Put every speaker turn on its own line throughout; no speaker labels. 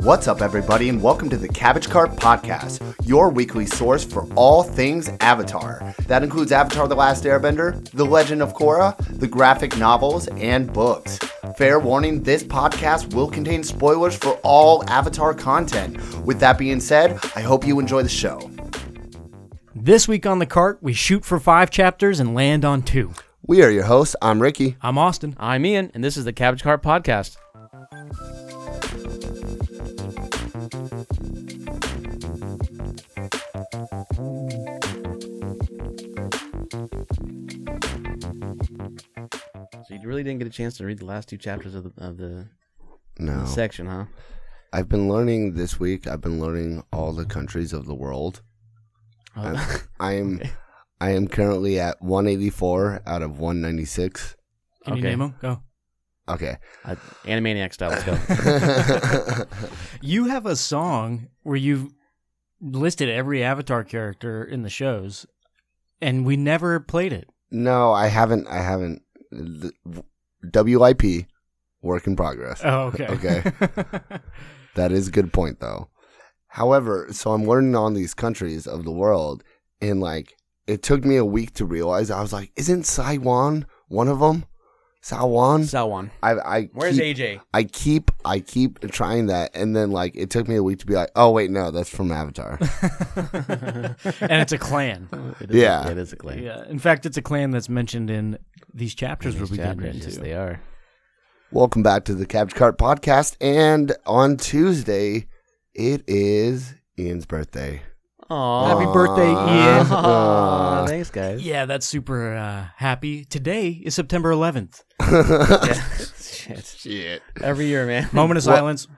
What's up, everybody, and welcome to the Cabbage Cart Podcast, your weekly source for all things Avatar. That includes Avatar The Last Airbender, The Legend of Korra, the graphic novels, and books. Fair warning this podcast will contain spoilers for all Avatar content. With that being said, I hope you enjoy the show.
This week on the cart, we shoot for five chapters and land on two.
We are your hosts. I'm Ricky.
I'm Austin.
I'm Ian, and this is the Cabbage Cart Podcast. So you really didn't get a chance to read the last two chapters of the, of the
No.
section, huh?
I've been learning this week, I've been learning all the countries of the world.
Oh,
I am I am currently at 184 out of 196.
Can you
Okay.
name 'em? Go.
Okay.
I, Animaniac Uh, style. Let's go.
You have a song where you've listed every Avatar character in the shows, and we never played it.
no, I haven't I haven't The- WIP work in progress.
Oh, okay.
Okay. That is a good point though. However, so I'm learning on these countries of the world and like it took me a week to realize I was like isn't Saiwan one of them? Saiwan?
Salwan.
I I
Where's
keep-
AJ?
I keep I keep trying that, and then like it took me a week to be like, oh wait, no, that's from Avatar.
and it's a clan.
It is a-
Yeah.
it is a clay.
Yeah. In fact, it's a clan that's mentioned in these chapters
These
we'll be getting
chapters,
into.
yes, they are.
Welcome back to the Cabbage Cart Podcast, and on Tuesday, it is Ian's birthday.
Aww.
Happy birthday, Ian.
Aw.
thanks, guys.
Yeah, that's super uh, happy. Today is September 11th.
Shit.
Shit.
Every year, man.
Moment of
Well-
silence.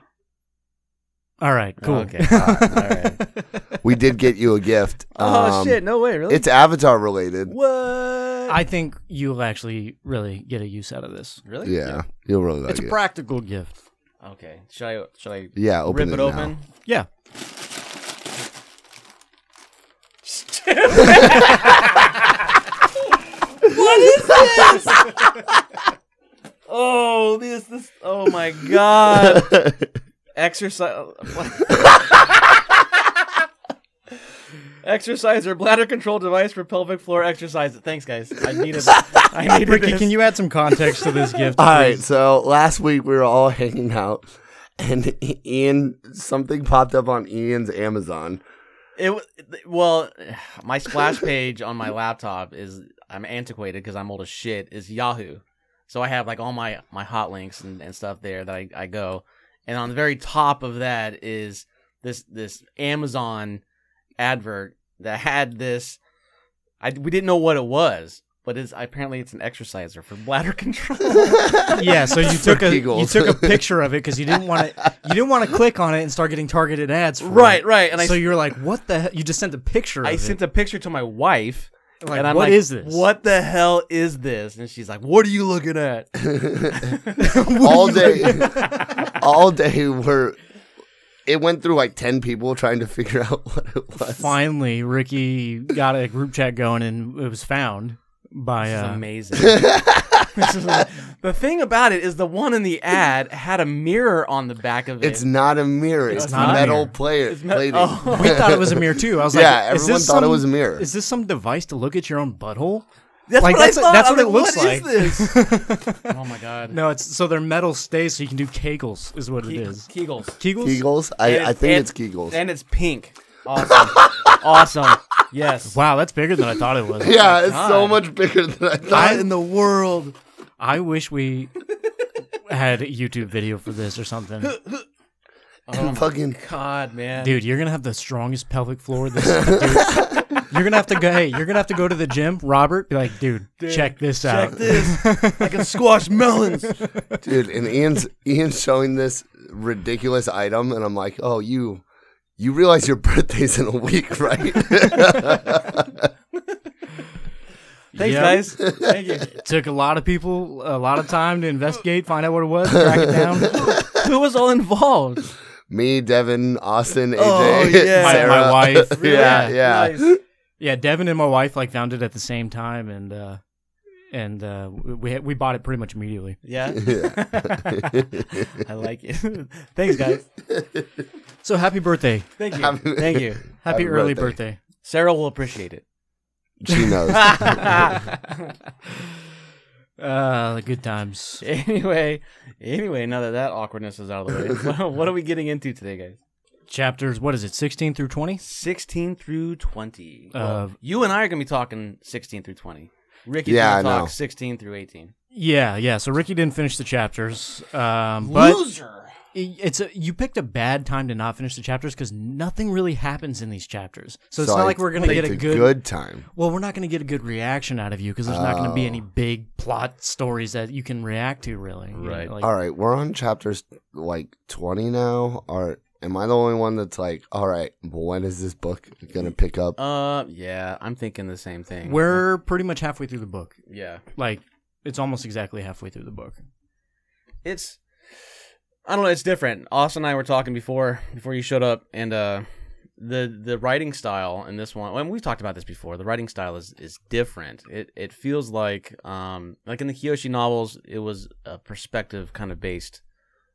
All right, cool.
Okay. Ah, All right.
We did get you a gift.
Oh
Um,
shit! No way, really?
It's Avatar related.
what?
I think you'll actually really get a use out of this.
really?
Yeah, you'll really like
It's a
it.
practical gift.
Okay. Should I? Should I?
yeah, open
rip it,
now.
open.
Yeah.
Oh, this, this. Oh my god. Exercise. Exercise or bladder control device for pelvic floor exercise. Thanks, guys. I needed. I needed
Ricky,
this.
can you add some context to this gift?
All right, so last week we were all hanging out, and I- Ian something popped up on Ian's Amazon.
It w- th- well, my splash page on my laptop is I'm antiquated because I'm old as shit. Is Yahoo, so I have like all my my hot links and, and stuff there that I, I go, and on the very top of that is this this Amazon advert that had this. I we didn't know what it was, but it's apparently it's an exerciser for bladder control.
Yeah, so you took a you
giggles.
took a picture of it because you didn't want to you didn't want to click on it and start getting targeted ads. For
right,
it.
right, and I
so
s-
you're like, what the? hell? You just sent a picture.
I
of
sent
it.
a picture to my wife.
Like,
and I'm
what
like,
is this?
What the hell is this? And she's like, What are you looking at?
all day all day we're it went through like 10 people trying to figure out what it was
Finally, Ricky got a group chat going, and it was found by
This is
uh,
amazing. This is- the thing about it is the one in the ad had a mirror on the back of it.
it's not a mirror it's,
not a
metal
mirror.
player
not-
plating.
Oh.
We thought it was a mirror too. I was
Yeah,
like, is
everyone
this
thought it
some-
was a mirror.
Is this some device to look at your own butthole?
that's
like,
what
that's-
I thought.
that's
I'm
what it looks
what is
like."
this? oh my god.
No, it's so they're metal stays, so you can do kegels, is what it
Ke-
is.
Kegels.
Kegels.
Kegels? I,
And
I think
and-
it's Kegels.
And it's pink. Awesome. awesome. Yes.
Wow, that's bigger than I thought it was.
yeah, it's so
God.
much bigger than I thought.
What in the world? I wish we had a YouTube video for this or something.
Oh my
Fucking
god, man.
Dude, you're gonna have the strongest pelvic floor. This dude. you're gonna have to go. Hey, you're gonna have to go to the gym, Robert. Be like, dude, check this out.
Check this. I can squash melons.
dude, and Ian's Ian's showing this ridiculous item and I'm like, "Oh, you you realize your birthday's in a week, right?"
Thanks,
Yep.
guys. Thank you.
Took a lot of people, a lot of time to investigate, find out what it was, track it down.
Who was all involved?
Me, Devin, Austin, AJ,
Oh, yeah.
My,
Sarah.
my wife.
Yeah, yeah.
Nice.
Yeah, Devin and my wife like found it at the same time, and uh, and uh, we we bought it pretty much immediately.
Yeah.
Yeah.
I like it. Thanks, guys.
So happy birthday!
Thank you.
Happy-
Thank you.
Happy
Happy
early
birthday.
birthday.
Sarah will appreciate it.
she knows.
uh, the good times.
anyway, anyway, now that that awkwardness is out of the way, what are we getting into today, guys?
Chapters. What is it? Sixteen through twenty.
16 through 20.
Uh,
you and I are going to be talking 16 through 20. Ricky's
Yeah,
going to
I
talk
know.
16 through 18.
Yeah, yeah. So Ricky didn't finish the chapters, um, but
Loser.
i- it's a, you picked a bad time to not finish the chapters because nothing really happens in these chapters. So it's
So
not
I
like we're gonna
think
get a
it's
good,
time.
Well, we're not gonna get a good reaction out of you because there's not gonna be
Oh.
any big plot stories that you can react to really. you know,
Right.
like-
All right, we're on chapters like 20 now. Or am I the only one that's like, all right, but when is this book gonna pick up?
Uh, yeah, I'm thinking the same thing.
We're pretty much halfway through the book.
Yeah.
Like it's almost exactly halfway through the book.
it's I don't know, it's different. Austin and I were talking before before you showed up and uh the the writing style in this one and we've talked about this before, the writing style is is different. It it feels like um like in the Kiyoshi novels it was a perspective kind of based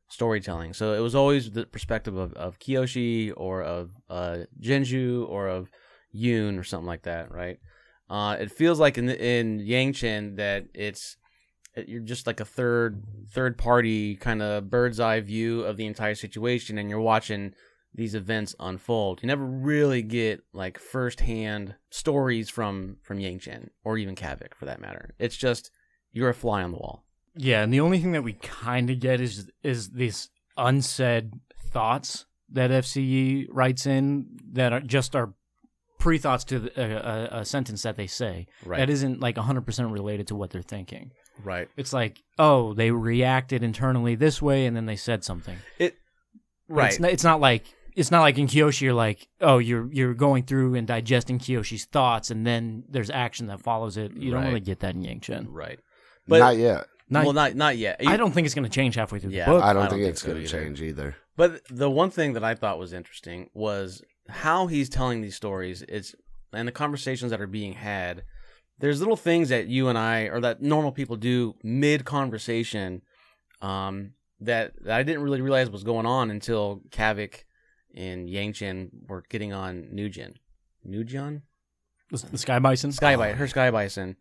storytelling. So it was always the perspective of, of Kiyoshi or of uh Genju or of Yoon or something like that, right? Uh, it feels like in in Yangchen that it's it- you're just like a third third party kind of bird's eye view of the entire situation, and you're watching these events unfold. You never really get like firsthand stories from from Yangchen or even Kavik for that matter. It's just you're a fly on the wall.
Yeah, and the only thing that we kind of get is is these unsaid thoughts that FCE writes in that are just are pre thoughts to the, a, a, a sentence that they say
Right.
that isn't like 100% related to what they're thinking.
right.
It's like, oh, they reacted internally this way and then they said something.
Right.
It's not, it's not like it's not like in Kyoshi you're like, oh, you're you're going through and digesting Kyoshi's thoughts and then there's action that follows it. You don't
Right.
really get that in Yangchen.
right. But-
Not yet.
Not-
well, not not yet.
I don't think it's going to change halfway through
Yeah.
the book.
I don't,
I don't
think,
think
it's
so
gonna
either.
change either.
But the one thing that I thought was interesting was how he's telling these stories. It's and the conversations that are being had. There's little things that you and I or that normal people do mid conversation um, that, that I didn't really realize was going on until Kavik and Yangchen were getting on Nugin. Nugin?
The, the Sky Bison.
Oh.
Sky Bison, her Sky Bison.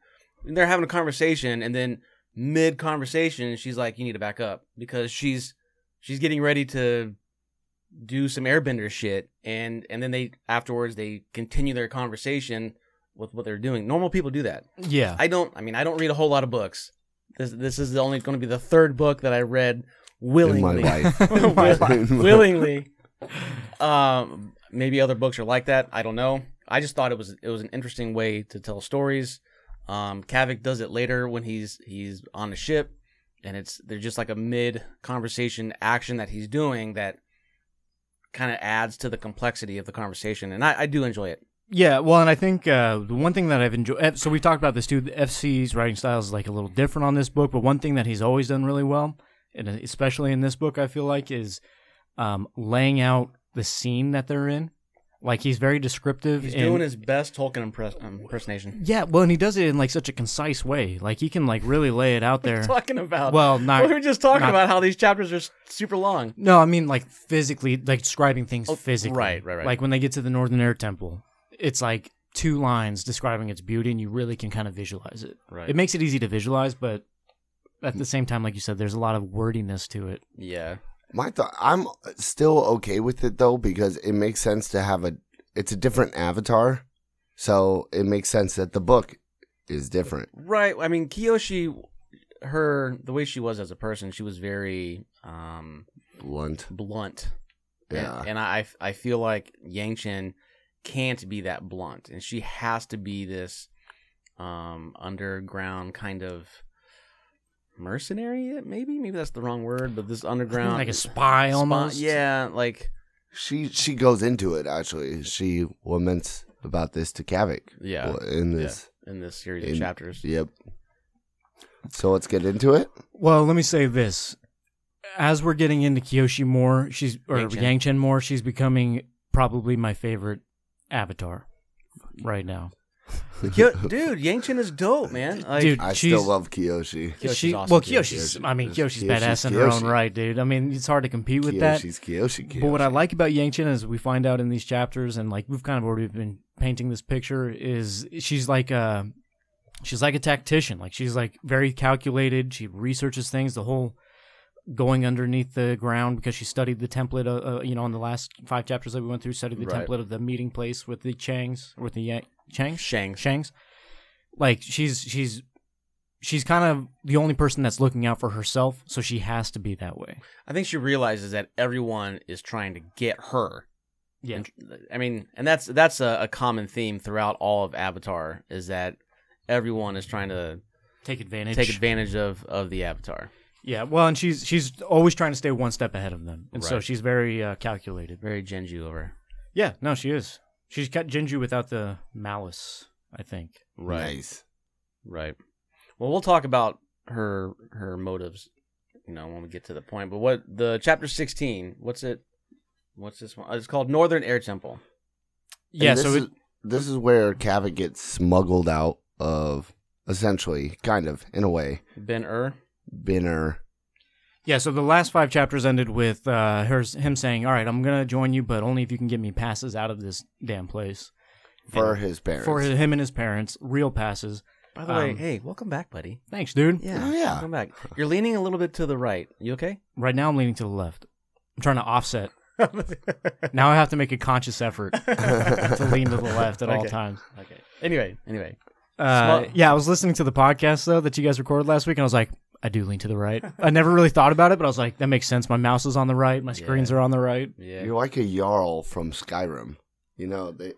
And they're having a conversation, and then mid conversation, she's like, "You need to back up," because she's she's getting ready to do some airbender shit, and and then they afterwards they continue their conversation with what they're doing. Normal people do that.
Yeah.
I don't. I mean, I don't read a whole lot of books. This this is only going to be the third book that I read willingly.
In my life.
Will-
life.
willingly. Um, maybe other books are like that. I don't know. I just thought it was it was an interesting way to tell stories. Um, Kavik does it later when he's he's on the ship, and it's they're just like a mid conversation action that he's doing that kind of adds to the complexity of the conversation, and I, I do enjoy it.
Yeah, well, and I think uh, the one thing that I've enjoyed. So we've talked about this too. The FC's writing style is like a little different on this book, but one thing that he's always done really well, and uh, especially in this book, I feel like is um, laying out the scene that they're in. Like he's very descriptive.
He's
and-
doing his best Tolkien impress- um, impersonation.
yeah, well, and he does it in like such a concise way. Like he can like really lay it out there.
Talking about
Well, not
we were just talking
not-
about how these chapters are s- super long.
No, I mean like physically, like describing things
Oh,
physically.
right, right, right.
Like when they get to the Northern Air Temple, it's like two lines describing its beauty, and you really can kind of visualize it.
Right.
It makes it easy to visualize, but at the same time, like you said, there's a lot of wordiness to it.
Yeah.
My thought I'm still okay with it though because it makes sense to have a it's a different avatar. So it makes sense that the book is different.
Right. I mean, Kiyoshi, her the way she was as a person, she was very um,
Blunt.
blunt. And-
Yeah.
And, I I feel like Yangchen can't be that blunt, and she has to be this um, underground kind of mercenary. Maybe maybe that's the wrong word, but this underground
Like a spy
spy-
almost.
Yeah, like
She she goes into it actually. She laments about this to Kavik.
Yeah.
Well, In this.
in this series
In-
of chapters.
Yep. So let's get into it.
Well, let me say this: as we're getting into Kyoshi more, she's or
Yangchen.
Yangchen more, she's becoming probably my favorite avatar right now.
Kyo- dude, Yangchin is dope, man. Like,
Dude,
I
she's,
still love Kiyoshi.
Kyoshi's
she,
awesome,
well,
dude.
Kyoshi's. I mean,
Kyoshi's-
Kyoshi's badass in her
Kyoshi's
own
Kyoshi.
right, dude. I mean, it's hard to compete with that.
Kiyoshi's Kiyoshi. Kiyoshi.
But what I like about Yangchen is we find out in these chapters, and like we've kind of already been painting this picture, is she's like a she's like a tactician. Like she's like very calculated. She researches things. The whole going underneath the ground because she studied the template. Uh, uh, you know, in the last five chapters that we went through, studied the
Right.
template of the meeting place with the Changs, with the Yang, Changs,
Shangs.
Shangs. Like she's she's she's kind of the only person that's looking out for herself, so she has to be that way.
I think she realizes that everyone is trying to get her.
Yeah.
And- I mean, and that's that's a, a common theme throughout all of Avatar is that everyone is trying to
Take advantage.
take advantage of of the Avatar.
Yeah, well, and she's she's always trying to stay one step ahead of them, and so
Right.
she's very uh, calculated.
Very Genji over.
Yeah, no, she is. She's got Jinju without the malice, I think.
Nice.
Right. Well, we'll talk about her her motives, you know, when we get to the point. But what the chapter sixteen? What's it? What's this one? Uh, It's called Northern Air Temple.
And
yeah,
this
so
is,
it,
this is where Kavik gets smuggled out of, essentially, kind of in a way,
Ben Ur.
Binner.
yeah, so the last five chapters ended with uh, her him saying, "All right, I'm gonna join you, but only if you can get me passes out of this damn place
For his parents.
for him and his parents, real passes."
By the way,
Um,
hey, welcome back, buddy.
Thanks, dude.
Oh, yeah.
Welcome back. You're leaning a little bit to the right. You okay?
Right now, I'm leaning to the left. I'm trying to offset. now I have to make a conscious effort to lean to the left at all
Okay.
times.
Okay. Anyway, anyway.
Uh,
Small-
yeah, I was listening to the podcast though that you guys recorded last week, and I was like, I do lean to the right. I never really thought about it, but I was like, that makes sense. My mouse is on the right, my screens
Yeah.
are on the right.
Yeah.
You're like a Jarl from Skyrim. You know, they.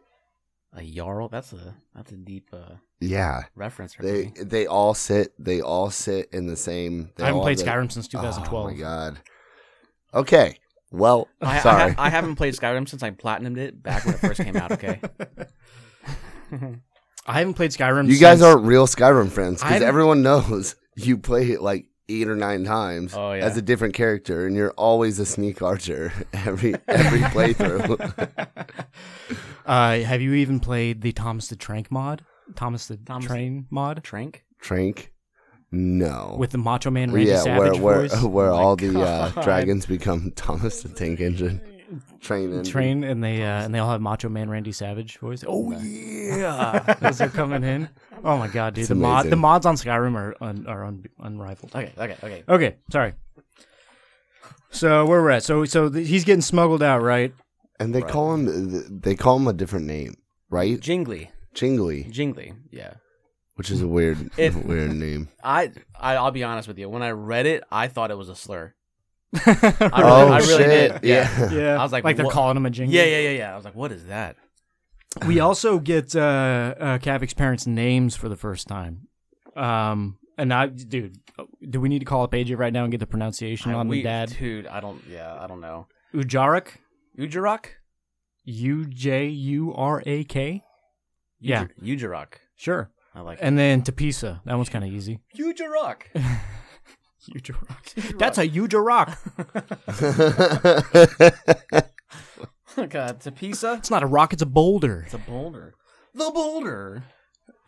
a Jarl. That's a that's a deep uh,
Yeah.
reference. for
They
me.
they all sit they all sit in the same. They
I haven't
all
played
have the-
Skyrim since 2012.
Oh my god. Okay. Well,
I,
sorry.
I, ha- I haven't played Skyrim since I platinumed it back when it first came out. Okay.
I haven't played Skyrim.
you guys
since-
aren't real Skyrim friends because
I'm-
everyone knows you play it like eight or nine times
Oh, yeah.
as a different character, and you're always a sneak archer every every playthrough.
Uh, have you even played the Thomas the Trank mod? Thomas the
Thomas-
Train mod
Trank.
Trank. No.
with the Macho Man Randy
yeah, where
Savage
where
voice.
where
Oh my
all the uh,
God.
dragons become Thomas the Tank Engine, train engine.
train and they uh, and they all have Macho Man Randy Savage voice. Oh
Yeah.
as they're coming in. Oh my god, dude!
It's
the mod,
amazing.
the mods on Skyrim are un, are un, unrivaled.
okay. Okay. Okay.
Okay, sorry. So where we're at? So so th- he's getting smuggled out, right?
And they call him they call him a different name, right?
Jingly.
Jingly,
Jingly. Yeah.
which is a weird
It-
weird name.
I, I I'll be honest with you. When I read it, I thought it was a slur. I really,
oh
I really
shit!
did. Yeah.
yeah.
yeah,
I was like,
like they're
what-
calling him a jingle.
yeah. Yeah. Yeah. Yeah. I was like, what is that?
We also get uh, uh Kavik's parents' names for the first time. Um, and I, dude, do we need to call up AJ right now and get the pronunciation
I-
on
we-
the dad?
dude. I don't. Yeah. I don't know.
Ujarak,
Ujarak.
U J U R A K. Yeah, Eh.
Uj- Ujarak.
sure.
I like. it.
And then Tapisa. That one's kind of easy.
Ujarak.
Ujarak. That's a Ujarak.
God, Tapisa.
It's not a rock, it's a boulder.
It's a boulder. The boulder.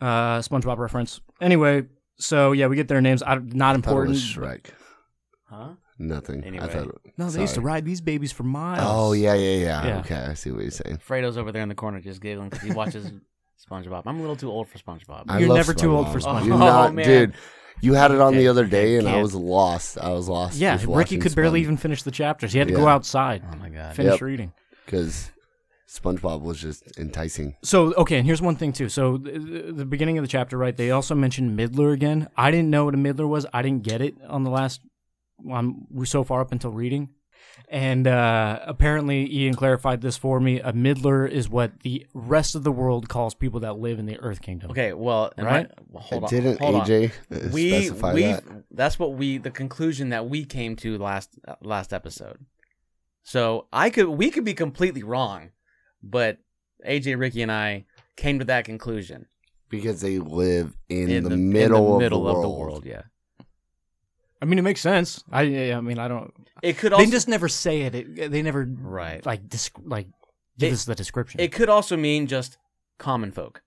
Uh, SpongeBob reference. Anyway, so yeah, we get their names. I, not
I thought it
important.
was Shrek.
Huh?
Nothing. I
Anyway.
thought. It,
no, they used to
sorry.
ride these babies for miles.
oh yeah, yeah, yeah,
Yeah.
Okay, I see what you're saying.
Fredo's over there in the corner just giggling because he watches SpongeBob. I'm a little too old for SpongeBob.
I
You're
love
never too old for
SpongeBob.
SpongeBob.
You're
Oh,
not,
man.
dude. You had it on the
Can't-
other day, and I
can't.
was lost. I was lost.
Yeah, Ricky could barely even finish the chapters. He had to go
Yeah.
outside,
oh my god.
finish
Yep.
reading.
because SpongeBob was just enticing.
So okay, and here's one thing too. So th- th- the beginning of the chapter, right? They also mentioned Midler again. I didn't know what a Midler was. I didn't get it on the last. I'm we're so far up until reading, and uh, apparently Ian clarified this for me. A Midler is what the rest of the world calls people that live in the Earth Kingdom.
Okay, well, and
Right?
I- well,
I
hold on.
didn't
hold on.
AJ uh,
we
specify
we
that?
that's what we the conclusion that we came to last uh, last episode. So I could we could be completely wrong, but AJ, Ricky, and I came to that conclusion
Because they live in, the,
in
middle,
middle
of, the world.
world. Yeah,
I mean it makes sense. I I I mean I don't.
it could also
they just never say it. it they never
right.
like disc, like give
It-
us the description.
It could also mean just common folk.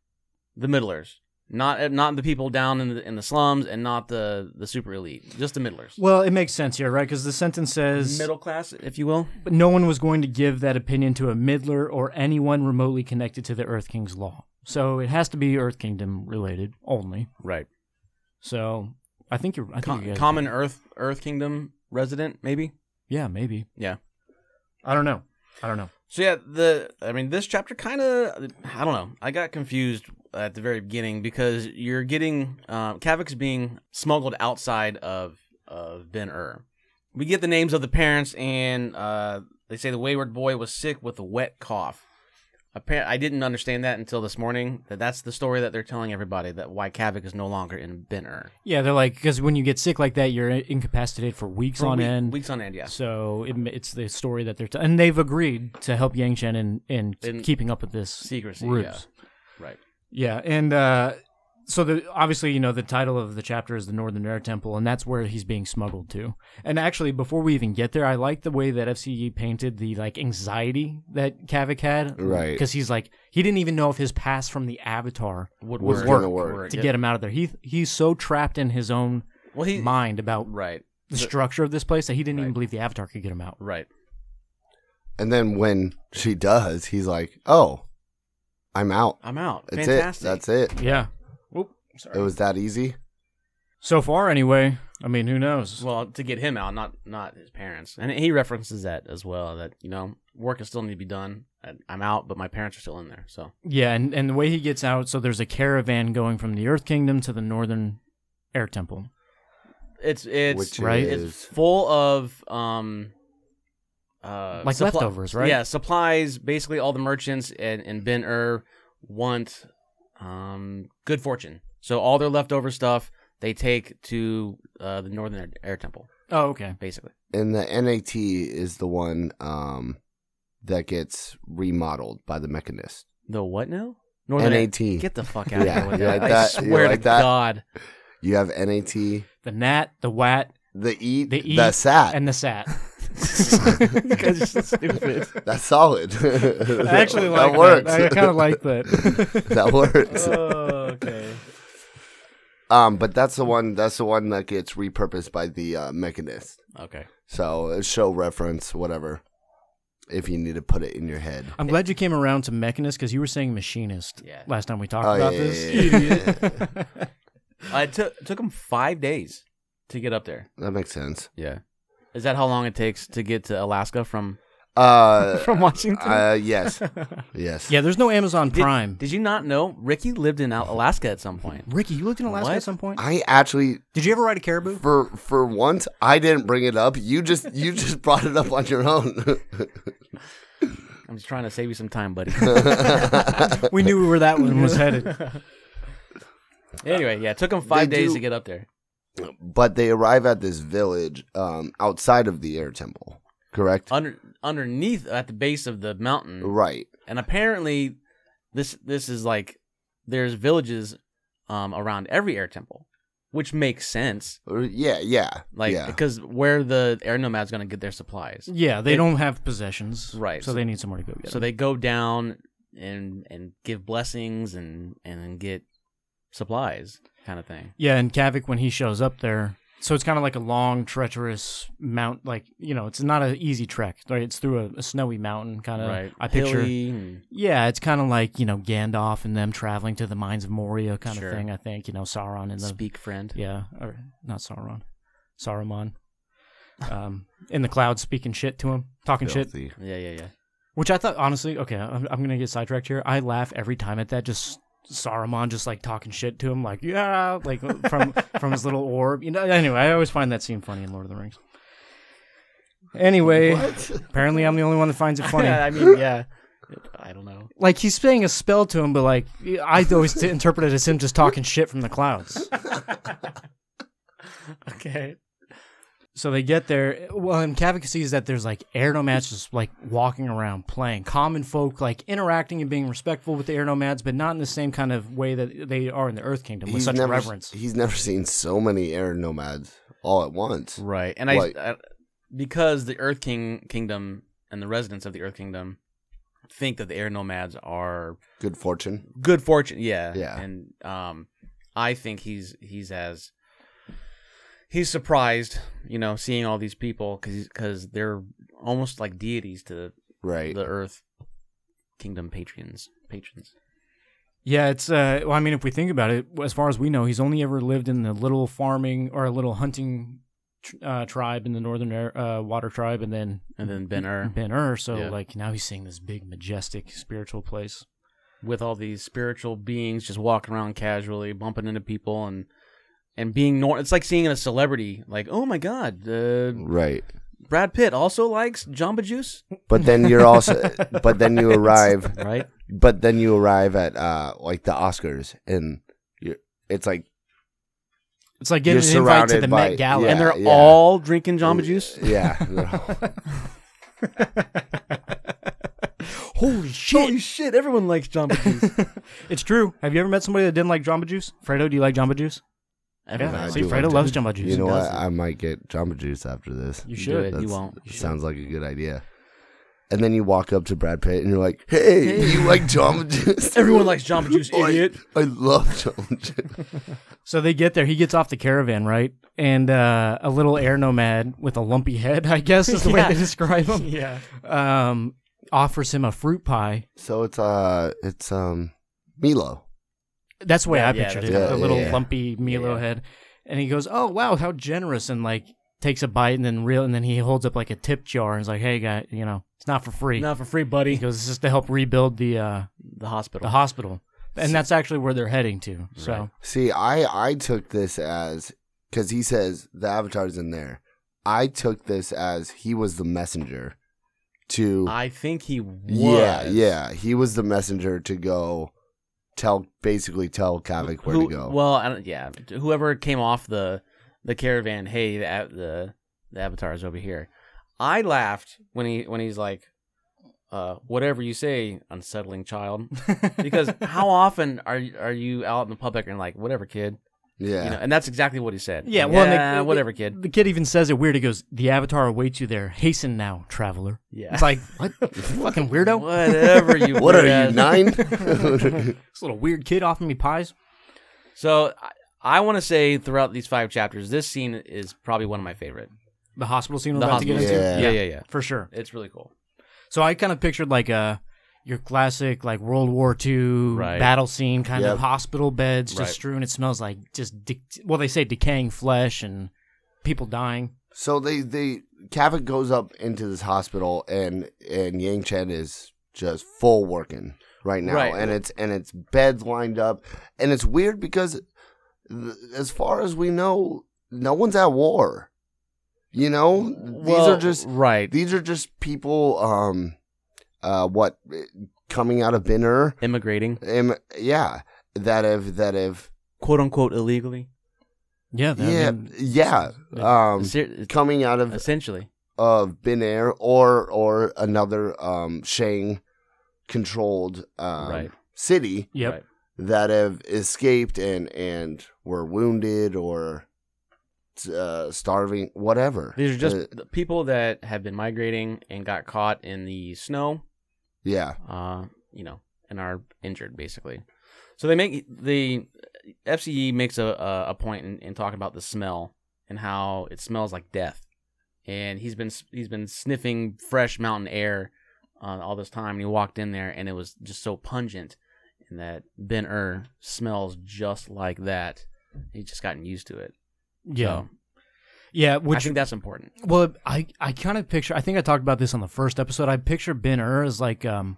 the middlers, not not the people down in the in the slums, and not the the super elite, just the middlers,
Well, it makes sense here, right? Because the sentence says
middle class, if you will.
But no one was going to give that opinion to a middler or anyone remotely connected to the Earth King's law. So it has to be Earth Kingdom related only.
Right.
So I think you're. I think you guys-
common Earth Earth Kingdom resident, maybe.
Yeah, maybe.
Yeah.
I don't know. I don't know.
So yeah, the I mean this chapter kind of I don't know. I got confused at the very beginning because you're getting um, Kavak's being smuggled outside of of Ben Ur. We get the names of the parents, and uh, they say the wayward boy was sick with a wet cough. Appar- I didn't understand that until this morning. That that's the story that they're telling everybody that why Kavik is no longer in Ben Ur
Yeah, they're like because when you get sick like that, you're incapacitated for weeks
For
on
week-
end.
Weeks on end, yeah.
So it, it's the story that they're t- and they've agreed to help Yang Shen in, in,
In-
keeping up with this
Secrecy,
ruse.
yeah, right.
Yeah, and uh, so the obviously you know the title of the chapter is the Northern Air Temple, and that's where he's being smuggled to. And actually, before we even get there, I like the way that FCE painted the like anxiety that Kavik had,
Right.
Because he's like he didn't even know if his pass from the Avatar
Would
Was
work.
gonna work.
to get him out of there. He he's so trapped in his own
well, he
mind about
right,
the structure of this place that he didn't even believe the Avatar could get him out.
right.
And then when she does, he's like, "Oh, I'm out.
I'm out.
That's
Fantastic.
it. That's it.
Yeah.
It was that easy."
So far, anyway. I mean, who knows?
Well, to get him out, not not his parents, and he references that as well. That you know, work is still need to be done. I- I'm out, but my parents are still in there. So
Yeah, and, and the way he gets out, so there's a caravan going from the Earth Kingdom to the Northern Air Temple.
it's it's
Which
right.
is-
It's full of um, uh,
Like leftovers, right?
Yeah, supplies. Basically, all the merchants and and Ben Ur want um good fortune. So all their leftover stuff they take to uh, the Northern Air, Air Temple,
Oh, okay.
basically.
and the NAT is the one um, that gets remodeled by the mechanist.
The what now? Air-
NAT.
Get the fuck out of
Yeah,
here with
you
that.
like
I
that? You
swear
like
to
that?
God.
you have NAT, the
The Nat, the Wat,
E,
The
the,
E,
SAT.
and the Sat.
you guys are so stupid.
That's solid. I
I actually like
that works.
I Oh, kind of like that.
that works.
okay.
Um, but that's the one. That's the one that gets repurposed by the uh, mechanist.
Okay.
So a show reference, whatever. If you need to put it in your head.
I'm glad you came around to mechanist because you were saying machinist
Yeah.
last time we talked
Oh,
about
yeah,
this.
yeah, yeah, yeah.
Idiot.
Uh, it took took him five days to get up there.
That makes sense.
Yeah. Is that how long it takes to get to Alaska from?
Uh,
From Washington.
uh, yes, yes.
yeah, there's no Amazon
Did-
Prime.
Did you not know Ricky lived in Al- Alaska at some point?
Ricky, you looked in Alaska
What?
at some point.
I actually,
Did you ever ride a caribou?
for for once, I didn't bring it up. You just you just brought it up on your own.
I'm just trying to save you some time, buddy.
we knew where that one was headed.
anyway, yeah, it took him five
They
days
do-
to get up there.
but they arrive at this village um, outside of the air temple.
Uh,
Correct.
Under underneath at the base of the mountain.
right.
and apparently this this is like there's villages um around every air temple which makes sense
Or- Uh, Yeah. Yeah.
like
yeah.
because where the air nomads going to get their supplies
Yeah, they
It-
don't have possessions,
Right.
So they need somewhere to go get.
so
them.
they go down and and give blessings and and get supplies kind of thing
Yeah, and Kavik when he shows up there, so it's kind of like a long, treacherous mount. Like you know, it's not an easy trek. Right, it's through a, a snowy mountain kind of.
right
I picture.
Hilly and-
Yeah, it's kind of like you know Gandalf and them traveling to the mines of Moria kind
Sure.
of thing. I think you know Sauron and the
speak friend
yeah, or not Sauron, Saruman, um, in the clouds speaking shit to him, talking shit.
Filthy.
yeah yeah yeah
Which I thought, honestly, okay, I'm, I'm gonna get sidetracked here. I laugh every time at that. Just Saruman, just like talking shit to him, like yeah, like from from his little orb. You know. Anyway, I always find that scene funny in Lord of the Rings. Anyway, apparently I'm the only one that finds it funny.
i mean yeah i don't know
like he's saying a spell to him, but like I always t- interpret it as him just talking shit from the clouds.
okay
So they get there. Well, and Kavik sees that there's like air nomads just like walking around playing, common folk like interacting and being respectful with the air nomads, but not in the same kind of way that they are in the Earth Kingdom with such
never,
reverence.
He's never seen so many air nomads all at once.
Right. And
Like-
I, I because the Earth King kingdom and the residents of the Earth Kingdom think that the air nomads are
Good fortune.
good fortune. Yeah,
Yeah.
And um, I think he's he's as he's surprised, you know, seeing all these people because because they're almost like deities to
Right.
the Earth Kingdom patrons patrons.
Yeah, it's uh well I mean if we think about it, as far as we know, he's only ever lived in the little farming or a little hunting tr- uh, tribe in the northern Air- uh, water tribe and then
And then Ben Ur
Ben Ur, so
Yeah.
like now he's seeing this big majestic spiritual place.
with all these spiritual beings just walking around casually, bumping into people and and being nor it's like seeing a celebrity like oh my god uh,
Right.
brad pitt also likes jamba juice
But then you're also but then you
Right.
arrive
right
but then you arrive at uh like the Oscars and you're it's like
It's like getting
You're
an invite to
surrounded
the
by-
Met Gala.
yeah.
and they're all drinking jamba
Yeah,
juice
Yeah.
Holy
Holy
shit!
shit, everyone likes Jamba Juice.
it's true. Have you ever met somebody that didn't like Jamba Juice? Fredo, do you like Jamba Juice?
Everyone
I
likes
see,
do
Jamba
like
Fredo
Jamba
loves Jamba Juice.
you know what?
doesn't.
I might get Jamba Juice after this.
You
Juice.
should.
Do it, you
That's-
won't. You should.
Sounds like a good idea. And then you walk up to Brad Pitt and you're like, "Hey, you like Jamba Juice?
Everyone likes Jamba Juice,
Like,
idiot.
I love Jamba Juice.
So they get there. He gets off the caravan, right? And uh, a little air nomad with a lumpy head, I guess is the
Yeah.
way they describe him,
Yeah.
um, offers him a fruit pie.
So it's uh, it's um, Milo.
That's the way
Yeah,
I
yeah,
pictured it.
that's-
the
yeah,
little
yeah.
lumpy Milo
Yeah.
head. And he goes, "Oh wow, how generous!" And like takes a bite and then real. And then he holds up like a tip jar and is like, "Hey, guy, you know, it's not for free."
Not for free,
He
buddy.
goes, "This is to help rebuild the uh,
The hospital.
the hospital." And that's actually where they're heading to. So
Right.
See, I I took this as because he says the avatar's in there. I took this as he was the messenger to.
I think he was.
yeah, yeah, he was the messenger to go tell basically tell Kavik where
Who-
to go.
Well, I don't, yeah. Whoever came off the the caravan, hey, the a- the, the avatar is over here. I laughed when he when he's like, uh, whatever you say, unsettling child. Because how often are you- are you out in the public and like, whatever, kid?
yeah,
You know, and that's exactly what he said.
Yeah, well, and they-
"Yeah, whatever, kid.
The kid even says it weird. He goes, "The Avatar awaits you there. Hasten now, traveler."
Yeah,
It's like what, You fucking weirdo.
whatever you.
what are you
weird-ass-
nine?
This little weird kid offering me pies.
So I, I want to say throughout these five chapters, this scene is probably one of my favorite.
The hospital scene we're
The
about to
hospital
get into,
Yeah.
yeah, yeah, yeah.
for sure.
It's really cool.
So I kind of pictured like a your classic like World War II
Right.
battle scene kind
Yep.
of hospital beds just
Right.
strewn. It smells like just de- well, they say decaying flesh and people dying.
So they they Kavik goes up into this hospital and and Yang Chen is just full working right now
Right.
and it's and it's beds lined up and it's weird because th- as far as we know no one's at war. You know, these are just
right
these are just people um uh what coming out of Binner
immigrating,
um, yeah that have that have
quote unquote, illegally.
Yeah, that- I
yeah
mean,
yeah
Uh,
um
Ser-
coming out of
essentially,
of Bin Air or or another um Shang controlled um,
Right.
city
yep.
Right.
that have escaped and and were wounded or uh, starving whatever.
These are just
Uh,
the people that have been migrating and got caught in the snow.
yeah.
uh, you know, and are injured basically. So they make the FCE makes a a, a point in, in talking about the smell and how it smells like death, and he's been s- he's been sniffing fresh mountain air uh, all this time, and he walked in there and it was just so pungent, and that Ben Ur smells just like that. He's just gotten used to it.
Yeah.
So
Yeah,
I
which
think that's important.
Well, I I kind of picture. I think I talked about this on the first episode. I picture Ben Ur as like um,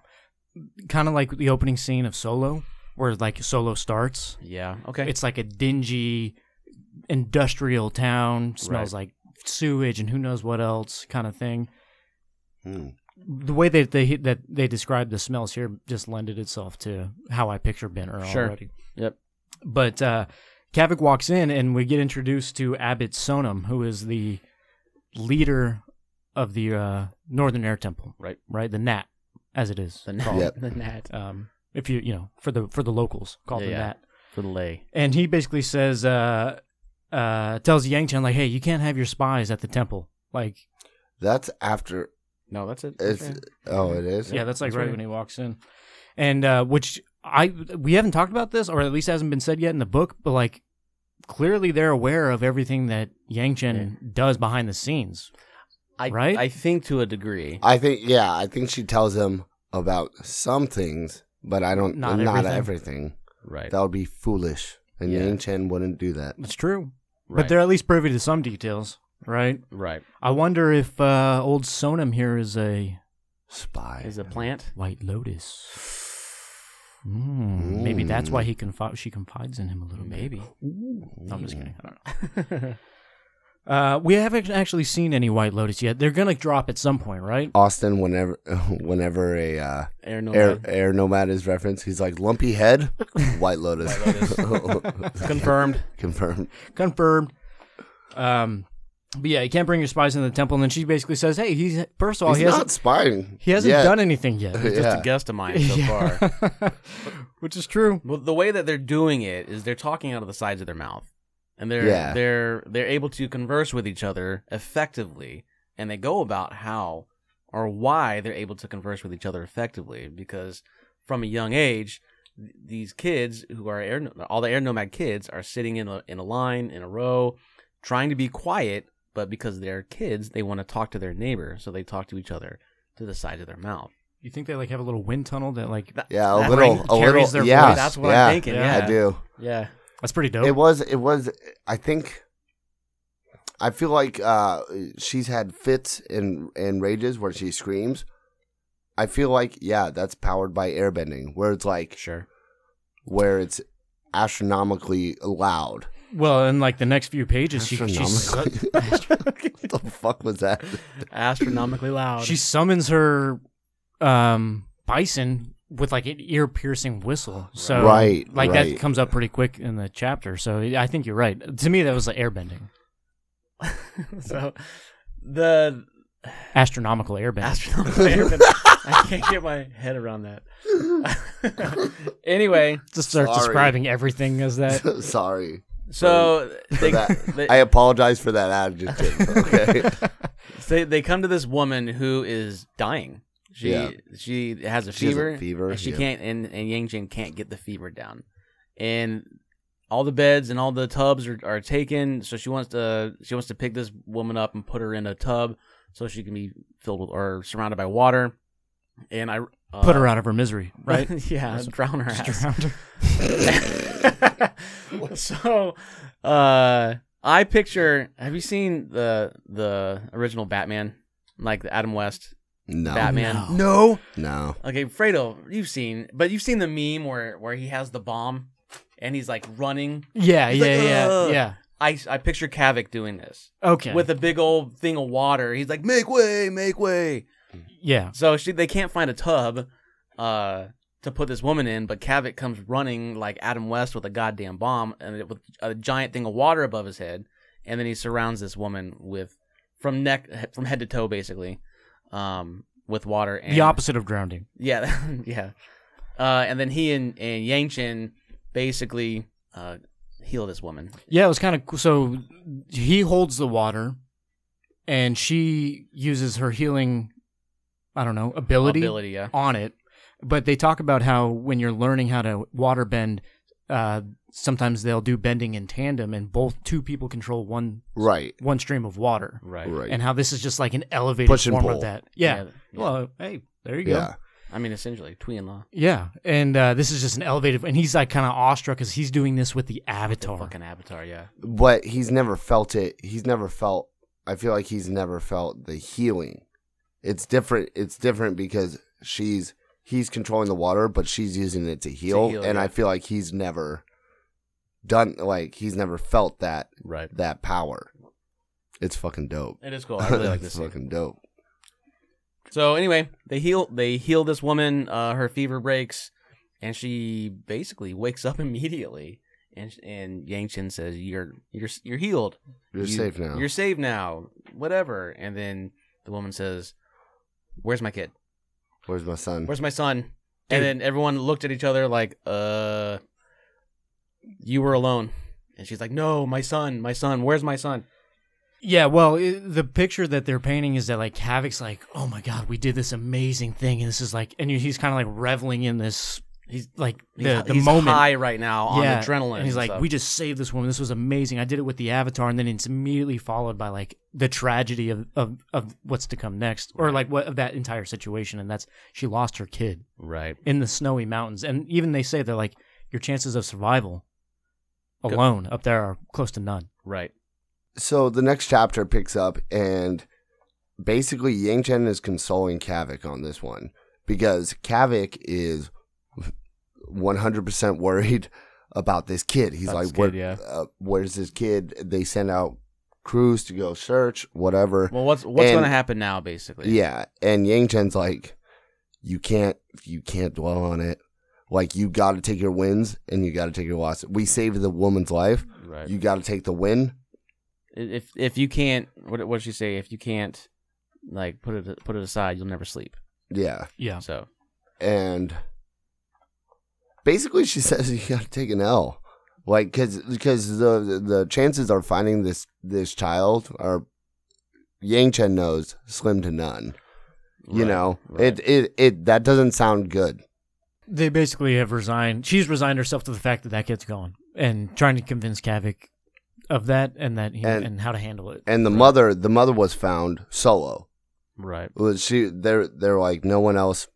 kind of like the opening scene of Solo, where like Solo starts.
Yeah. Okay.
It's like a dingy industrial town. Smells like sewage and who knows what else kind of thing.
Hmm.
The way that they that they describe the smells here just lended itself to how I picture Ben Ur
Sure.
already.
Yep.
But uh, Kavik walks in, and we get introduced to Abbot Sonam, who is the leader of the uh, Northern Air Temple,
Right.
Right, the Nat, as it is.
the gnat.
Yep.
The gnat
Um, if you you know for the for the locals called
Yeah,
the
yeah.
Nat,
for the lay.
and he basically says, uh, uh, tells Yang Chen like, "Hey, you can't have your spies at the temple." Like,
That's after
No, that's it. That's
It's
right.
oh, it is.
Yeah, that's like
that's
right
right.
when he walks in, and uh, which I we haven't talked about this, or at least hasn't been said yet in the book. But like, clearly they're aware of everything that Yang Chen does behind the scenes.
I,
right?
I think to a degree.
I think yeah, I think she tells him about some things, but I don't
Not
not,
everything.
everything.
Right.
That would be foolish. And
Yeah.
Yang Chen wouldn't do that.
That's true,
right.
but they're at least privy to some details, right?
right.
I wonder if uh, old Sonam here is a
Spy.
Is a plant.
White Lotus. Mm, Maybe that's why he confi- she confides in him a little. bit.
Maybe.
No, I'm just kidding. I don't know. uh, we haven't actually seen any White Lotus yet. They're gonna drop at some point, right?
Austin, whenever whenever a uh,
Air no
air air nomad is referenced, he's like lumpy head, White Lotus.
Confirmed.
Confirmed.
Confirmed. Um, but yeah, you can't bring your spies into the temple. And then she basically says, "Hey, he's first of all,
he's
Oh,
not
he hasn't
spying.
he hasn't
yet.
done anything yet,
Just
Yeah.
a guest of mine so far.
which is true."
Well, the way that they're doing it is they're talking out of the sides of their mouth, and they're
Yeah.
they're they're able to converse with each other effectively, and they go about how or why they're able to converse with each other effectively because from a young age, th- these kids who are air all the air nomad kids are sitting in a in a line in a row, trying to be quiet, but because they're kids, they want to talk to their neighbor, so they talk to each other to the sides of their mouth.
You think they like have a little wind tunnel that like
That-
Yeah, a
that
little,
ring
a
carries
little.
their
yeah,
voice.
That's what
yeah,
I'm thinking.
Yeah.
Yeah,
I do.
Yeah.
that's pretty dope.
It was. It was. I think. I feel like uh, she's had fits and and rages where she screams. I feel like yeah, that's powered by airbending, where it's like
Sure.
where it's astronomically loud.
well, in like the next few pages, she she's,
Astronomically. what the fuck was that?
astronomically loud.
she summons her um, bison with like an ear piercing whistle. So
Right,
like that
right.
comes up pretty quick in the chapter. So I think you're right. To me, that was like airbending,
so the
astronomical airbending.
astronomical airbender. I can't get my head around that. anyway,
Just start
Sorry.
describing everything as that.
Sorry
so
for
Uh, they,
that.
they,
I apologize for that adjective. Okay.
they they come to this woman who is dying. She
Yeah.
she has a
She has a
fever.
fever,
and she
yeah.
can't and, and Yang Jin can't get the fever down. And all the beds and all the tubs are, are taken, so she wants to she wants to pick this woman up and put her in a tub so she can be filled with or surrounded by water. And I uh,
Put her out of her misery, right?
yeah, drown her
Just
ass.
drowned her.
so uh I picture have you seen the the original Batman? Like the Adam West
No.
Batman.
No.
No.
Okay, Fredo, you've seen but you've seen the meme where where he has the bomb and he's like running.
Yeah,
He's
yeah,
like,
yeah,
"Ugh."
yeah.
I I picture Kavik doing this.
Okay.
With a big old thing of water. He's like, Make way, make way.
yeah.
So she they can't find a tub uh to put this woman in, but Kavik comes running like Adam West with a goddamn bomb and it- with a giant thing of water above his head, and then he surrounds this woman with from neck he- from head to toe basically, um, with water and
The opposite of drowning.
yeah, yeah. Uh, and then he and and Yangchen basically uh, heal this woman.
Yeah, it was kind of cool. So he holds the water, and she uses her healing, I don't know, ability,
Ability, yeah.
on it. But they talk about how when you're learning how to water bend, uh, sometimes they'll do bending in tandem, and both two people control one
Right.
one stream of water,
Right.
Right.
and how this is just like an elevated
Push and
form of
pull.
that. Yeah.
Yeah, yeah.
Well, hey, there you go.
Yeah.
I mean, essentially, Tui and Law.
Yeah, and uh, this is just an elevated, and he's like kind of awestruck because he's doing this with the avatar.
Fucking Avatar, yeah.
but he's never felt it. He's never felt. I feel like he's never felt the healing. It's different. It's different because she's he's controlling the water, but she's using it to heal.
heal,
and
yeah.
I feel like he's never done. Like he's never felt that
Right.
that power. It's fucking dope.
It is cool. Oh, I really like this.
it's
scene.
fucking dope.
So anyway, they heal they heal this woman. Uh, her fever breaks, and she basically wakes up immediately. And and Yang Chen says, "You're you're you're healed.
You're
You-
safe now.
You're safe now. Whatever." And then the woman says, "Where's my kid?
Where's my son?
Where's my son?"
Dude.
And then everyone looked at each other like, "Uh, you were alone." And she's like, "No, my son, my son. Where's my son?"
Yeah, well, i the picture that they're painting is that like Havoc's like, oh my god, we did this amazing thing, and this is like, and he's kind of like reveling in this. He's like
He's,
the, the
he's
moment
high right now on adrenaline.
And he's like,
so-
we just saved this woman. This was amazing. I did it with the avatar, and then it's immediately followed by like the tragedy of of, of what's to come next, or like what of that entire situation, and that's she lost her kid
right.
in the snowy mountains, and even they say they're like your chances of survival alone up there are close to none.
Right.
So the next chapter picks up, and basically Yang Chen is consoling Kavik on this one because Kavik is 100% worried about this kid. He's
About
like,
this
"Where-
kid, yeah.
uh, where's this kid? They send out crews to go search, whatever.
Well, what's what's
And-
going to happen now, basically?
Yeah, and Yang Chen's like, you can't, you can't dwell on it. Like you got to take your wins and you got to take your losses. We saved the woman's life.
Right.
You got to take the win.
if if you can't, what what did she say? If you can't, like put it put it aside, you'll never sleep.
Yeah,
Yeah,
So
and basically she says you got to take an L. Like because because the the chances are finding this this child are Yang Chen knows slim to none. You
Right,
know it
right.
it it that doesn't sound good.
they basically have resigned. She's resigned herself to the fact that that kid's gone, and trying to convince Kavik of that and that he,
And-
and how to handle it.
And the mother the mother was found solo.
right.
Well, she they're they're like no one else.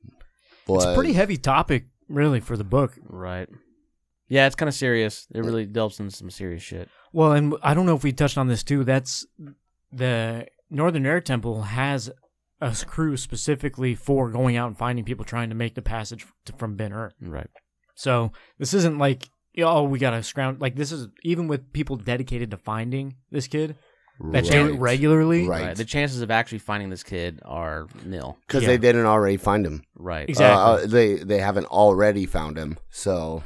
Was.
It's a pretty heavy topic, really, for the book.
Right. Yeah, it's kind of serious. It really delves into some serious shit.
Well, and I don't know if we touched on this too. That's the Northern Air Temple has a crew specifically for going out and finding people trying to make the passage to, from Ben Hur.
Right.
So this isn't like you know, oh we got to scrounge. Like this is even with people dedicated to finding this kid that do it regularly.
Right.
Right. The chances of actually finding this kid are nil.
because
Yeah.
they didn't already find him.
Right.
Exactly.
Uh, they they haven't already found him. So,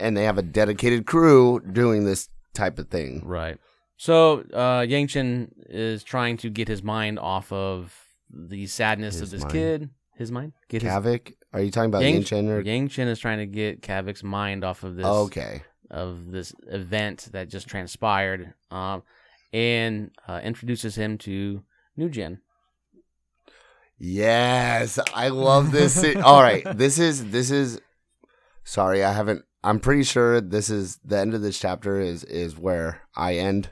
and they have a dedicated crew doing this type of thing.
Uh, Right. So uh, Yang Chen is trying to get his mind off of the sadness
His
of this
mind.
kid. His mind. Get his.
Kavik, are you talking about Yang Chen or?
Yang Chen is trying to get Kavik's mind off of this.
okay.
of this event that just transpired, um, and uh, introduces him to New Gen.
Yes, I love this. se- All right, this is this is. Sorry, I haven't. I'm pretty sure this is the end of this chapter. Is is where I end.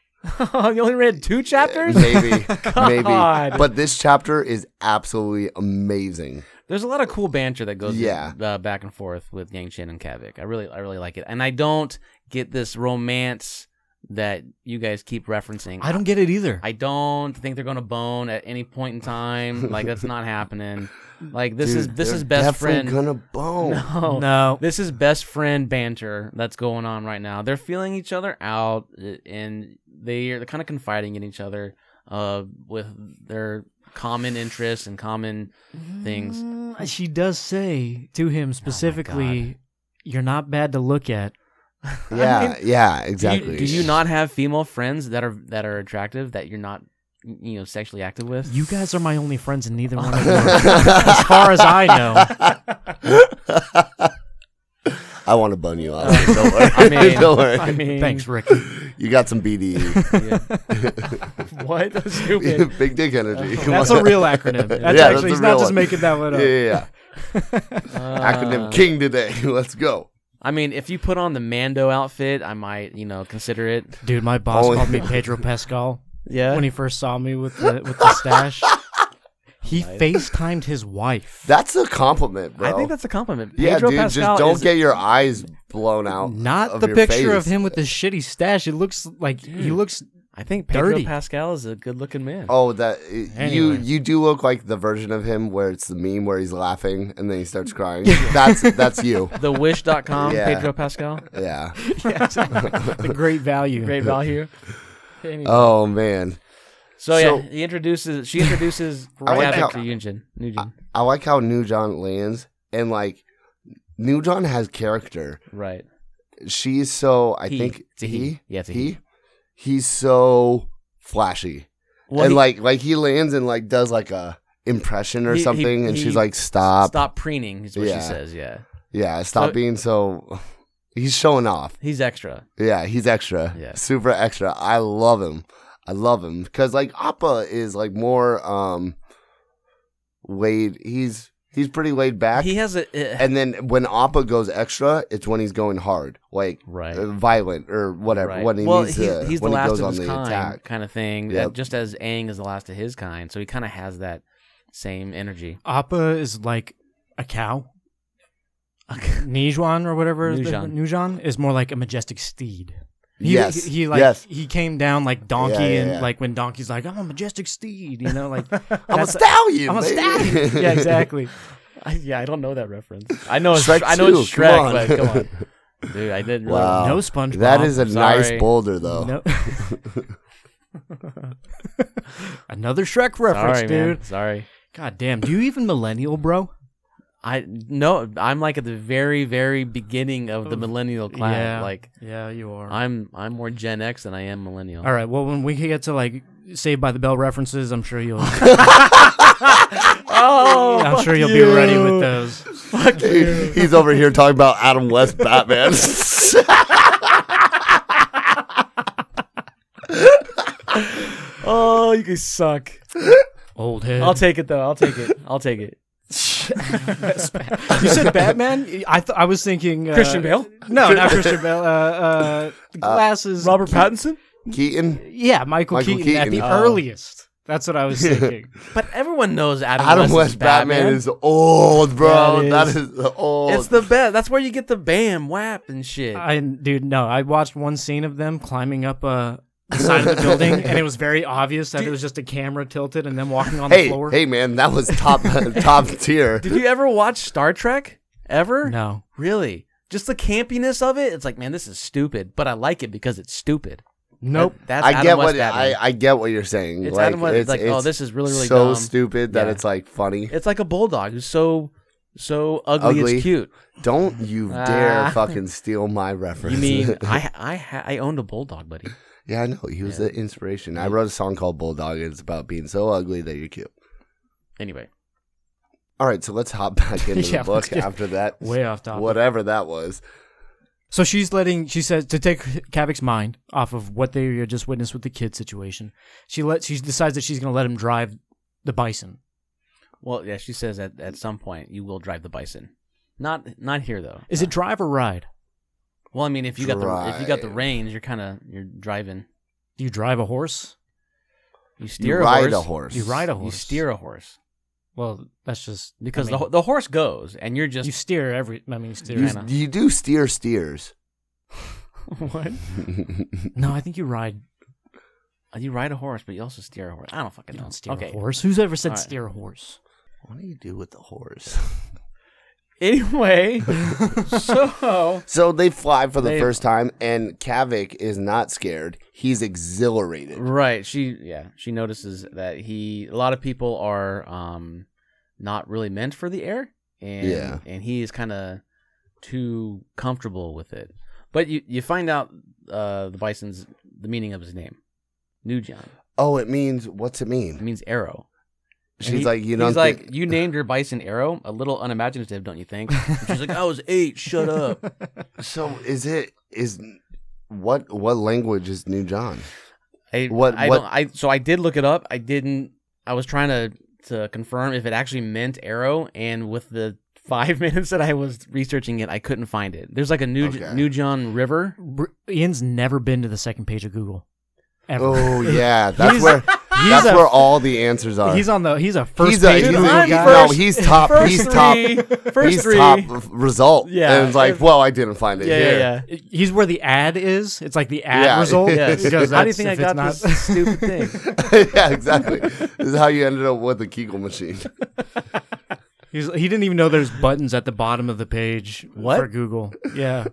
you only read two chapters.
Maybe, maybe.
God.
But this chapter is absolutely amazing.
There's a lot of cool banter that goes
Yeah.
uh, back and forth with Yang Chen and Kavik. I really, I really like it, and I don't get this romance that you guys keep referencing.
I don't get it either.
I don't think they're gonna bone at any point in time. Like that's not happening. Like this is
Dude,
this
they're
is best friend.
definitely gonna bone.
no,
no.
This is best friend banter that's going on right now. They're feeling each other out, uh, and they are kind of confiding in each other, uh, with their common interests and common things.
Mm, She does say to
Oh
him specifically, "You're not bad to look at."
Yeah,
I mean,
yeah,
Do you-
exactly.
Do you, not have female friends that are that are attractive that you're not, you know, sexually active with?
You guys are my only friends, and neither one of you. are. as far as I know.
I want to bone you up. Uh, Don't worry.
I mean-
Don't worry.
I mean,
Thanks, Rick.
You got some BDE.
yeah.
what? stupid.
Big dick energy. Come
That's
on.
a real acronym. That's
Yeah, that's
actually,
a
he's
real
not just
one.
making that one
Yeah,
up.
yeah, yeah.
Uh,
Acronym king today. Let's go.
I mean, if you put on the Mando outfit, I might, you know, consider it.
Dude, my boss
Only-
called me Pedro Pascal
Yeah.
when he first saw me with the with the stash. He FaceTimed his wife.
That's a compliment, bro.
I think that's a compliment.
yeah,
Pedro
dude.
Pascal
just don't
is-
get your eyes blown out.
Not
of
the
your
picture of
face.
him with the shitty stash. It looks like
Hmm.
he looks
I think Pedro
Dirty.
Pascal is a good-looking man.
Oh, that you
Anyway.
you do look like the version of him where it's the meme where he's laughing and then he starts crying. that's that's you.
The Wish.com,
Yeah.
Pedro Pascal.
Yeah.
the great value.
Great value.
Oh man,
So,
So-
yeah, he introduces. She introduces
I
right
like how-
after Yunjin. Nujin.
I like how New John lands and like New John has character.
right.
She's so I
He.
think
It's a he. Yeah, it's a
he. He's so flashy and
he-
like like he lands and like does like a impression or
He- he-
something, and
he-
she's like, "Stop,
stop preening is what
uh, Yeah.
she says. Yeah,
yeah, stop
So-
being so." He's showing off.
he's extra.
Yeah, he's extra.
Yeah.
Super extra. I love him. I love him because like Appa is like more um laid. He's he's pretty laid back.
He has a uh,
and then when Appa goes extra, it's when he's going hard, like
right.
uh, violent or whatever.
right.
When he
well,
needs
he's,
to,
he's the
when he
last
goes
of
on
his
the
kind,
attack.
kind of thing.
Yep.
that- just as Aang is the last of his kind, so he kind of has that same energy.
Appa is like a cow. Nijuan or whatever is the-
Nujan.
Nujan is more like a majestic steed. He,
yes,
he, he, like
yes.
he came down like donkey
Yeah, yeah,
and
yeah.
like when donkey's like I'm a majestic steed, you know, like
I'm a
that's-
stallion.
I'm a
baby.
stallion. yeah, exactly.
I, yeah, I don't know that reference. I know it's
Shrek
Shrek I know
2,
it's
come
Shrek,
on.
but come on, dude, I didn't.
Wow.
No SpongeBob.
Oh, That is a
Sorry.
nice boulder, though.
No. Another Shrek reference,
Sorry,
dude.
man. Sorry.
God damn. Do you even millennial, bro?
I no, I'm like at the very, very beginning of the millennial class.
Yeah.
Like
Yeah, you are.
I'm, I'm more Gen X than I am millennial.
All right. Well, when we get to like Saved by the Bell references, I'm sure you'll.
Oh,
I'm sure you'll be ready with those.
He- he's over here talking about Adam West Batman.
oh, you guys suck.
Old head.
I'll take it though. I'll take it. I'll take it.
you said Batman. I th- I was thinking uh,
Christian Bale?
No, not Christian Bale. Uh, uh, glasses.
Robert Pattinson.
Keaton.
Yeah, Michael,
Michael
Keaton, Oh. at the
Keaton.
earliest. That's what I was thinking.
But everyone knows Adam,
Adam
West,
West
is
Batman.
Batman.
is old, bro.
That
That
is-
is, old.
It's the best. That's where you get the bam, whap, and shit.
I dude, no. I watched one scene of them climbing up a the side of the building, and it was very obvious that it was just a camera tilted and them walking on the
hey,
floor.
hey, man, that was top top tier.
Did you ever watch Star Trek? Ever?
No.
Really? Just the campiness of it. It's like, man, this is stupid, but I like it because it's stupid.
Nope.
That- That's
I
Adam
get
West
what
Batman.
I, I get what you're saying.
It's
like,
Adam West. It's like, oh, this is really, really
so
dumb.
stupid that
Yeah.
it's like funny.
It's like a bulldog who's so so ugly,
Ugly.
it's cute.
Don't you
Ah.
dare fucking steal my reference.
You mean I I ha- I owned a bulldog, buddy.
yeah, I know. He was the inspiration. I wrote a song called Bulldog. And it's about being so ugly that you're cute.
Anyway,
All right, so let's hop back into
Yeah,
the book
let's get
after that.
way off topic.
Whatever that was.
So she's letting, she says, to take Kavik's mind off of what they just witnessed with the kid situation. She let, she decides that she's going to let him drive the bison.
well, yeah, she says at at some point you will drive the bison. Not not here though.
Is it drive or ride?
Well, I mean, if you got the if you got the
Drive.
reins, you're kind of you're driving.
Do you drive a horse?
You
You
steer
ride
a
a horse.
horse.
You ride a
You
horse.
steer a horse
Well, that's just
because
I
the
mean,
ho- the horse goes and you're just
you steer every. I mean, you steer.
You,
Anna.
you do steer steers.
what?
no, I think you ride.
uh, You ride a horse, but you also steer a horse. I don't fucking
You
know.
don't steer
okay.
a horse. Who's ever said
All right.
steer a horse?
What do you do with the horse?
Anyway, so
So they fly for the
They-
first time, and Kavik is not scared. He's exhilarated.
right, she yeah, she notices that he a lot of people are um not really meant for the air and
Yeah.
and he is kind of too comfortable with it. But you you find out uh the bison's the meaning of his name. Nujan.
Oh, it means what's it
It
mean?
means arrow. And
She's
he-
like, you
he's
know,
like, you named your bison Arrow. A little unimaginative, don't you think? And she's like, I was eight. Shut up.
so is it is what what language is New John?
I,
What-
I
what-
Don't, I so I did look it up. I didn't. I was trying to to confirm if it actually meant Arrow, and with the five minutes that I was researching it, I couldn't find it. There's like a new
Okay.
New John River.
Br- Ian's never been to the second page of Google. Ever.
Oh yeah, that's
He's-
where that's
a-
where all the answers are.
He's on the. He's a first
Oh. He's a,
page.
he's
Dude,
Google
a
I'm
he-
guy.
no,
first-
he's top.
first
He's
three,
top.
first
he's
three.
top r- result.
Yeah.
and it's like, well, I didn't find it
Yeah,
here.
yeah, yeah.
He's where the ad is. It's like the ad
Yeah.
result.
Yeah.
Because
How do you
that's-
think I
if it's
got
not-
this stupid thing?
yeah, exactly. this is how you ended up with the Kegel machine.
He's, he didn't even know there's buttons at the bottom of the page
What?
for Google. Yeah,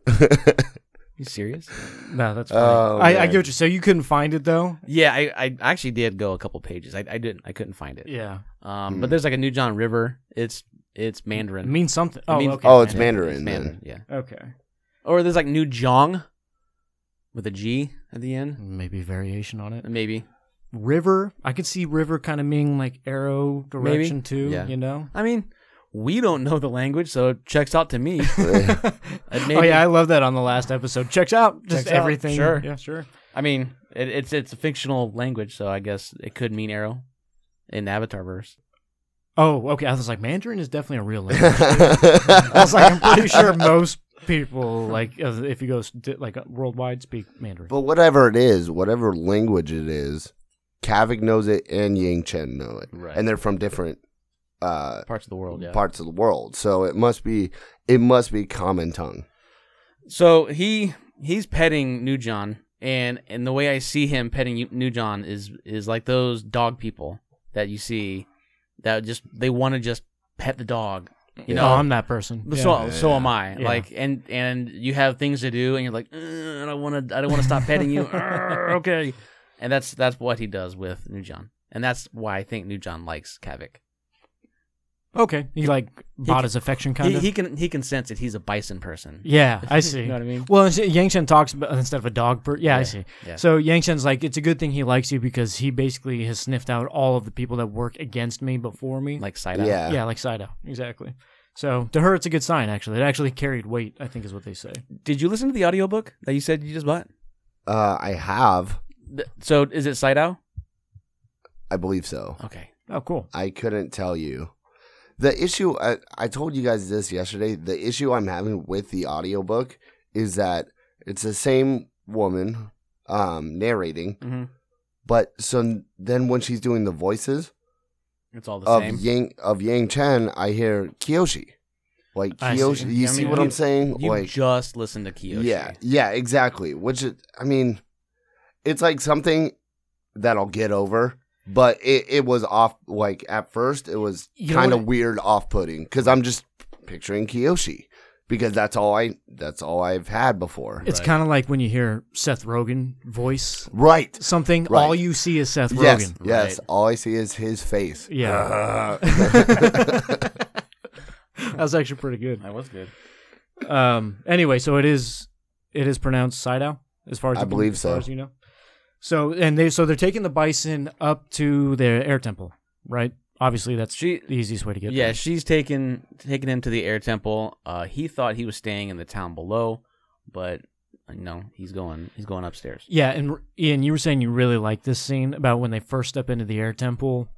You serious?
no, that's funny.
Oh,
I, I
man.
get what you. So you couldn't find it though.
Yeah, I, I actually did go a couple pages. I, I didn't. I couldn't find it.
Yeah,
Um,
Hmm.
but there's like a New John River. It's it's
it
Mandarin.
means something. Oh,
means-
okay.
Oh, it's
Mandarin.
Mandarin.
It's
then.
Mandarin, yeah.
Okay,
Or there's like New Jong with a G at the end.
maybe variation on it.
Maybe.
River. I could see river kind of meaning like arrow direction too.
Yeah.
You know.
I mean, we don't know the language, so it checks out to me.
oh yeah, I love that on the last episode. Checks out just
Checks out,
everything.
sure.
Yeah, sure.
I mean, it, it's it's a fictional language, so I guess it could mean arrow in Avatar verse.
Oh, okay. I was like, Mandarin is definitely a real language. I was like, I'm pretty sure most people, like, if if you go s- di- like uh, worldwide, speak Mandarin.
But whatever it is, whatever language it is, Kavik knows it and Yang Chen know it.
Right.
And they're from different uh,
Parts of the world, yeah.
parts of the world. So it must be it must be common tongue.
So he he's petting New John, and and the way I see him petting New John is is like those dog people that you see that just they want to just pet the dog. You know,
oh, I'm that person.
But
Yeah.
so so am I.
Yeah.
Like and and you have things to do, and you're like, "Uh, I don't want to. I don't want to stop petting you. Arr, okay. And that's that's what he does with New John, and that's why I think New John likes Kavik.
okay, he like bought his affection kind
He,
of.
he can he can sense it. He's a bison person.
yeah, I see.
You know what I mean?
Well, and so Yang Shen talks about instead of a dog. Per- yeah, I see.
yeah.
So Yang Shen's like, it's a good thing he likes you because he basically has sniffed out all of the people that work against me before me.
Like side eye.
Yeah.
yeah, like Saito, exactly. So to her, it's a good sign. Actually, it actually carried weight. I think is what they say.
Did you listen to the audiobook that you said you just bought?
Uh, I have,
Th- So is it side out?
I believe so.
Okay.
Oh, cool.
I couldn't tell you. The issue I, I told you guys this yesterday, the issue I'm having with the audiobook is that it's the same woman um narrating,
Mm-hmm.
but so then when she's doing the voices
It's all the
of
same.
Yang of Yang Chen, I hear Kiyoshi. Like
I
Kiyoshi,
see.
you
I
see
mean,
what
you-
I'm saying?
you
like
just listen to Kiyoshi.
Yeah, yeah, exactly. Which is, I mean, it's like something that I'll get over, but it, it was off. Like at first, it was
You know
kind of
what-
weird, off putting because I'm just picturing Kiyoshi because that's all I that's all I've had before.
It's kind of like when you hear Seth Rogen voice
right.
something.
Right.
All you see is Seth
Yes,
Rogen.
yes.
Right.
All I see is his face.
Yeah.
Uh-huh.
that was actually pretty good.
That was good.
Um. Anyway, so it is it is pronounced Saito, as far as
I
you can-
believe
as far
so.
As you know. So and they so they're taking the bison up to their air temple, right? Obviously, that's
She-
the easiest way to get.
Yeah,
there.
she's taken taken him to the air temple. Uh, he thought he was staying in the town below, but uh, no, he's going he's going upstairs.
Yeah, and r- Ian, you were saying you really like this scene about when they first step into the air temple.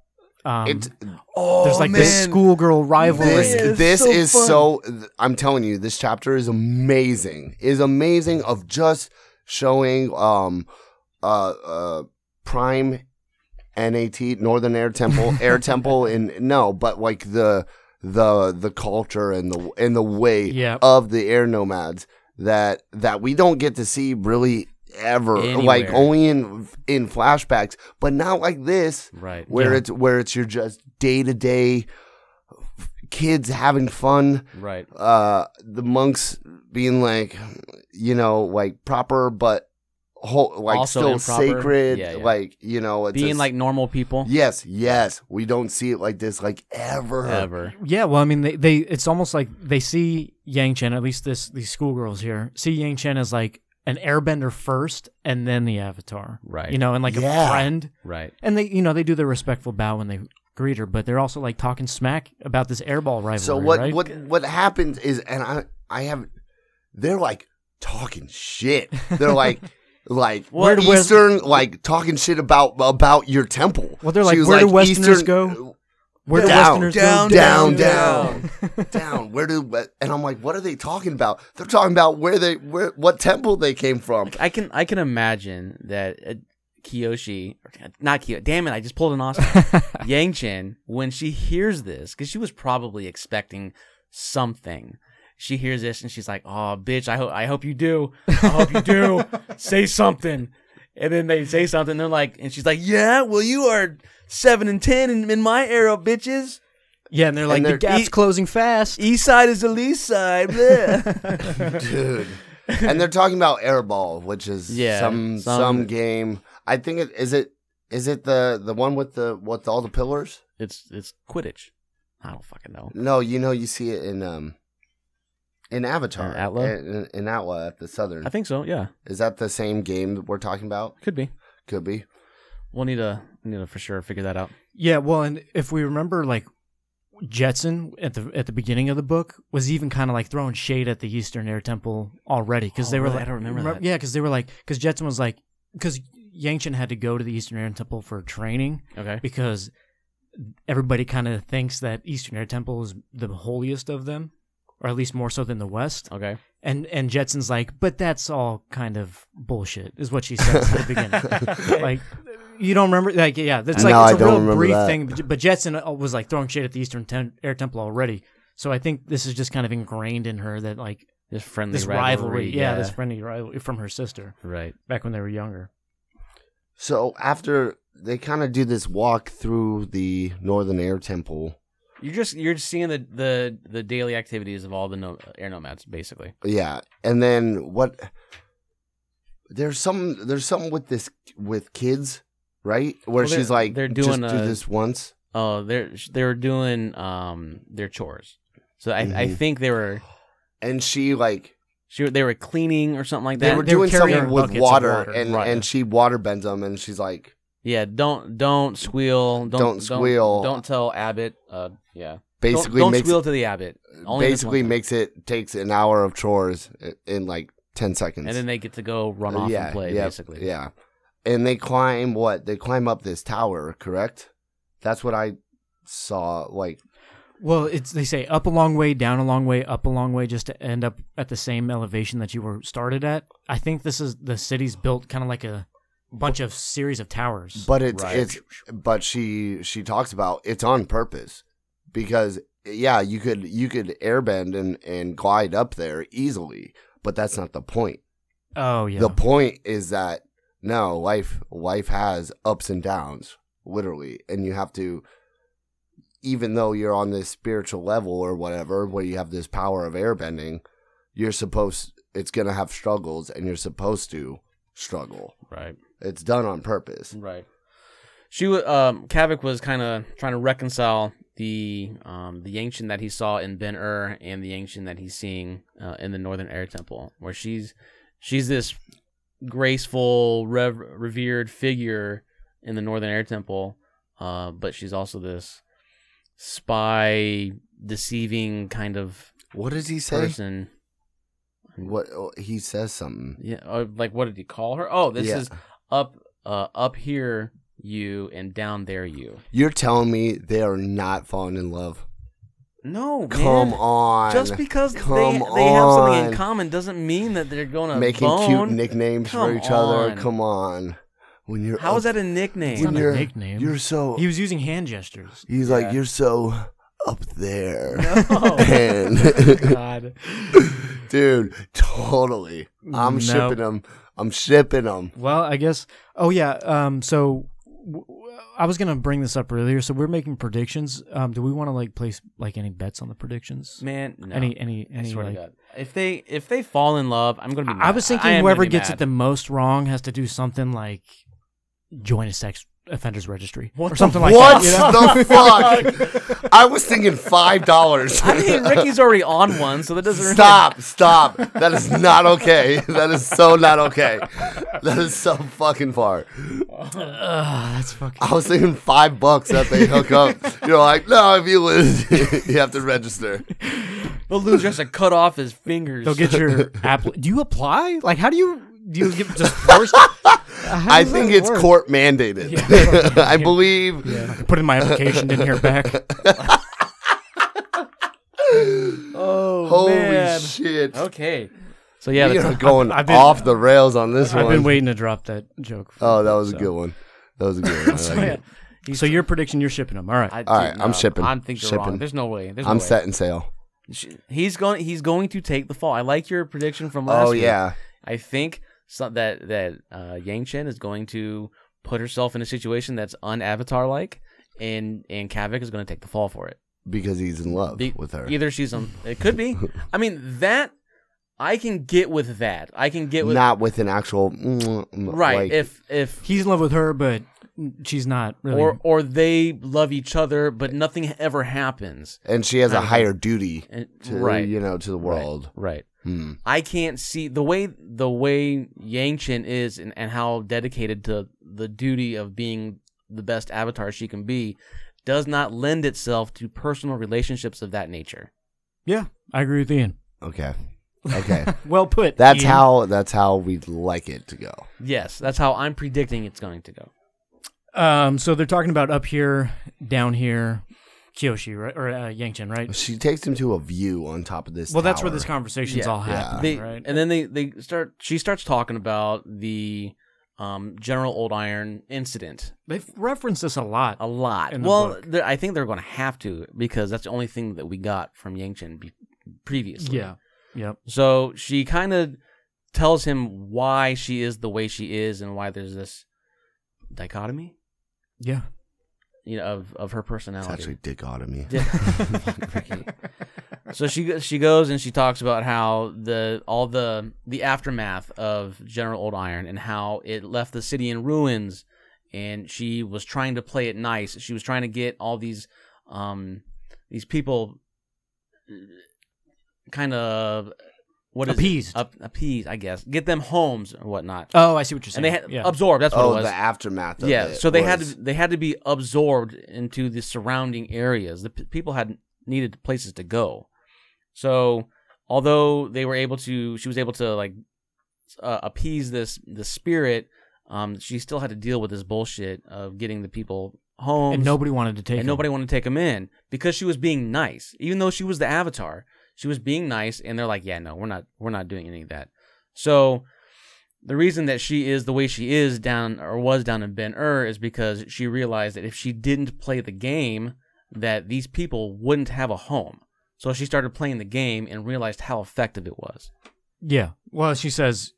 Um,
It's
Oh,
there's like this schoolgirl rivalry.
this
Man, it's
this
so
is
fun.
so i'm telling you this chapter is amazing is amazing of just showing um uh uh prime nat northern air temple air temple and no but like the the the culture and the and the way
Yep.
of the air nomads that that we don't get to see really ever like
Anywhere.
only in in flashbacks but not like this
Right.
where
Yeah.
it's where it's your just day to day kids having fun
Right.
uh the monks being like you know like proper but whole, like
Also
still
improper.
sacred
Yeah, yeah.
like you know it's
Being
a-
like normal people.
yes yes we don't see it like this like ever
Ever.
Yeah, well, I mean, they, they it's almost like they see Yang Chen, at least this these schoolgirls here, see Yang Chen as like an airbender first and then the avatar.
Right.
You know, and like
Yeah.
a friend.
Right.
And they, you know, they do their respectful bow when they greet her, but they're also like talking smack about this airball rivalry.
so what
right?
what what happens is and i i have they're like talking shit they're like like
Where do Wes-
eastern like talking shit about about your temple
Well, they're
She
like,
was
"Where do Westerners
Eastern-
go?" Where do
down,
Westerners
down,
go?
down,
down,
down, down. Where do? what- And I'm like, what are they talking about? They're talking about where they, where, what temple they came from.
I can I can imagine that uh, Kiyoshi, not Kiyoshi. Damn it! I just pulled an Austin. Yang Chen, when she hears this, because she was probably expecting something. She hears this and she's like, "Oh, bitch! I hope I hope you do. I hope you do. say something." And then they say something. They're like, and she's like, "Yeah, well, you are seven and ten in, in my arrow, bitches.
Yeah, and they're like,
they're- e
the gap's
Eat-
closing fast.
East side is the least side." bleh."
dude. And they're talking about airball, which is
Yeah,
some, some
some-
game. I think it is it is it the the one with the with all the pillars?
it's it's Quidditch. I don't fucking know.
No, you know you see it in um in Avatar,
In Atla?
in, in, in Atla at the southern.
I think so. Yeah,
is that the same game that we're talking about?
could be.
Could be.
We'll need to need to for sure figure that out.
Yeah, well, and if we remember, like Jetson at the at the beginning of the book was even kind of like throwing shade at the Eastern Air Temple already because
Oh,
they were
really?
like,
I don't remember
remem-
that.
Yeah, because they were like, because Jetson was like, because Yangchen had to go to the Eastern Air Temple for training
Okay.
because everybody kind of thinks that Eastern Air Temple is the holiest of them, or at least more so than the West.
Okay.
And and Jetson's like, but that's all kind of bullshit, is what she says at the beginning. like, you don't remember? Like, yeah, that's
No, I
like it's a
don't
real
remember
brief
that.
thing. But but Jetson uh, was like throwing shade at the Eastern Tem- Air Temple already, so I think this is just kind of ingrained in her that like
This friendly
this rivalry, yeah, this friendly rivalry from her sister
right.
back when they were younger.
So after they kind of do this walk through the Northern Air Temple,
You're just you're just seeing the the the daily activities of all the no, air nomads basically.
yeah, and then what? There's some there's something with this with kids, right? Where
Well, they're-
she's like,
they're
just
doing
do
a-
this once.
Oh, they're they're doing um their chores. So I I
Mhm.
think they were
and she like
she they were cleaning or something like
they
that.
were
they were
doing something
carrying
with
buckets of
water,
water,
and
right.
and she water bends them, and she's like,
yeah, don't don't squeal, don't,
Don't squeal.
don't, tell Abbott. Uh, yeah,
basically
don't, don't
makes
squeal to the Abbot. Only this
basically
one time.
makes it takes an hour of chores i- in like ten seconds,
and then they get to go run
Uh,
off
yeah,
and play
yeah,
basically.
yeah. And they climb what they climb up this tower, correct? That's what I saw. Like
Well, it's they say up a long way, down a long way, up a long way, just to end up at the same elevation that you were started at. I think this is the city's built kind of like a bunch of series of towers.
but it's
Right.
it's but she she talks about it's on purpose because yeah you could you could airbend and and glide up there easily but that's not the point
oh yeah,
the point is that no life life has ups and downs literally and you have to even though you're on this spiritual level or whatever where you have this power of airbending you're supposed it's going to have struggles and you're supposed to struggle
right.
it's done on purpose
Right. She wa- um Kavik was kind of trying to reconcile the um the Yangshin that he saw in Ben Ur and the Yangshin that he's seeing uh, in the Northern Air Temple, where she's she's this graceful, rev- revered figure in the Northern Air Temple, uh, but she's also this spy, deceiving kind of
what does he say
person.
what oh, he says something
Yeah, uh, like what did he call her? Oh, this
Yeah.
is up uh up here you and down there you.
you're telling me they are not falling in love
No,
come
man.
on
Just because they,
Come
they have something
on.
in common doesn't mean that they're going to
making
bone.
cute nicknames for
Come
each other
on.
come on when you're
How
up
is that a nickname?
It's not
when
a
you're,
nickname.
You're so.
he was using hand gestures.
he's
Yeah.
like you're so up there,
no.
and
Oh God,
dude, totally. I'm
No.
shipping him. I'm shipping him.
Well, I guess. Oh yeah. Um. So w- w- I was gonna bring this up earlier. So we're making predictions. Um. Do we want to like place like any bets on the predictions?
Man, no.
Any any any
I swear
like.
to God. If they if they fall in love, I'm going to be
I
mad.
was
I
thinking
am
whoever
gonna be
gets it
mad.
the most wrong has to do something like join a sex offenders registry
What
or
the-
something like
What
that. Oh you know?
the fuck? I was thinking five dollars.
I mean, Ricky's already on one, so that doesn't really-
Stop! Stop! That is not okay. That is so not okay. That is so fucking far.
Ugh, Ah, that's fucking.
I was thinking five bucks that they hook up. You're like, no, if you lose, you have to register.
The loser has to cut off his fingers.
They'll get your app. Do you apply? Like, how do you do? You get just forced?
I think it's court mandated. I believe
Put in my application, didn't hear back.
oh,
Holy
man.
shit.
Okay. So yeah,
We
that's-
are going
I've been-
off the rails on this
I've
one.
been waiting to drop that joke.
oh, that was a good one. That was a good one. I like it.
So your prediction, you're shipping them. All right.
I, dude,
All right, I'm
no.
shipping.
I'm thinking
Shipping.
wrong. There's no way. There's no
I'm
way.
setting sail.
Sh- He's going. He's going to take the fall. I like your prediction from last.
Oh
week.
yeah,
I think so, that that uh, Yang Chen is going to put herself in a situation that's un-Avatar like, and and Kavik is going to take the fall for it.
because he's in love
The-
with her.
Either she's on. It could be. I mean that. I can get with that. I can get with
Not with an actual mm, mm,
right
like-
if if
He's in love with her, but she's not really.
or or they love each other, but nothing ever happens.
and she has a
kind of-
higher duty
And,
to
right.
you know to the world.
Right.
Hmm.
I can't see the way the way Yang Chen is and, and how dedicated to the duty of being the best avatar she can be does not lend itself to personal relationships of that nature.
yeah, I agree with Ian.
Okay, Okay.
Well put.
That's
Ian.
how that's how we'd like it to go.
Yes, that's how I'm predicting it's going to go.
Um, so they're talking about up here, down here, Kyoshi, right, or uh, Yangchen, right?
She takes him to a view on top of this.
Well, that's where this
tower.
conversation's
Yeah,
all
yeah.
happening,
They
Ah, right?
and then they they start. She starts talking about the um, General Old Iron incident
They've referenced this a lot.
a lot.
In the
well,
book.
they're- I think they're going to have to because that's the only thing that we got from Yangchen be- previously.
Yeah. Yep.
So she kind of tells him why she is the way she is and why there's this dichotomy,
Yeah.
you know, of of her
It's
personality.
actually dichotomy.
Yeah. Fuck, Ricky. so she go- she goes and she talks about how the all the the aftermath of General Old Iron and how it left the city in ruins, and she was trying to play it nice. She was trying to get all these um these people kind of what is it?
Appeased.
Up, appeased, I guess. Get them homes or whatnot.
Oh, I see what you're saying.
and they had
yeah.
absorbed. That's what it
Oh,
was
the aftermath. Of
yeah
it
so they had
was-
to they had to be absorbed into the surrounding areas the p- people had needed places to go so although they were able to she was able to like uh, appease this the spirit um she still had to deal with this bullshit of getting the people home
and nobody wanted to take
and
it.
nobody wanted to take him in because she was being nice even though she was the avatar she was being nice and they're like yeah no we're not we're not doing any of that so the reason that she is the way she is down or was down in ben ur is because she realized that if she didn't play the game that these people wouldn't have a home so she started playing the game and realized how effective it was
Yeah. Well, she says,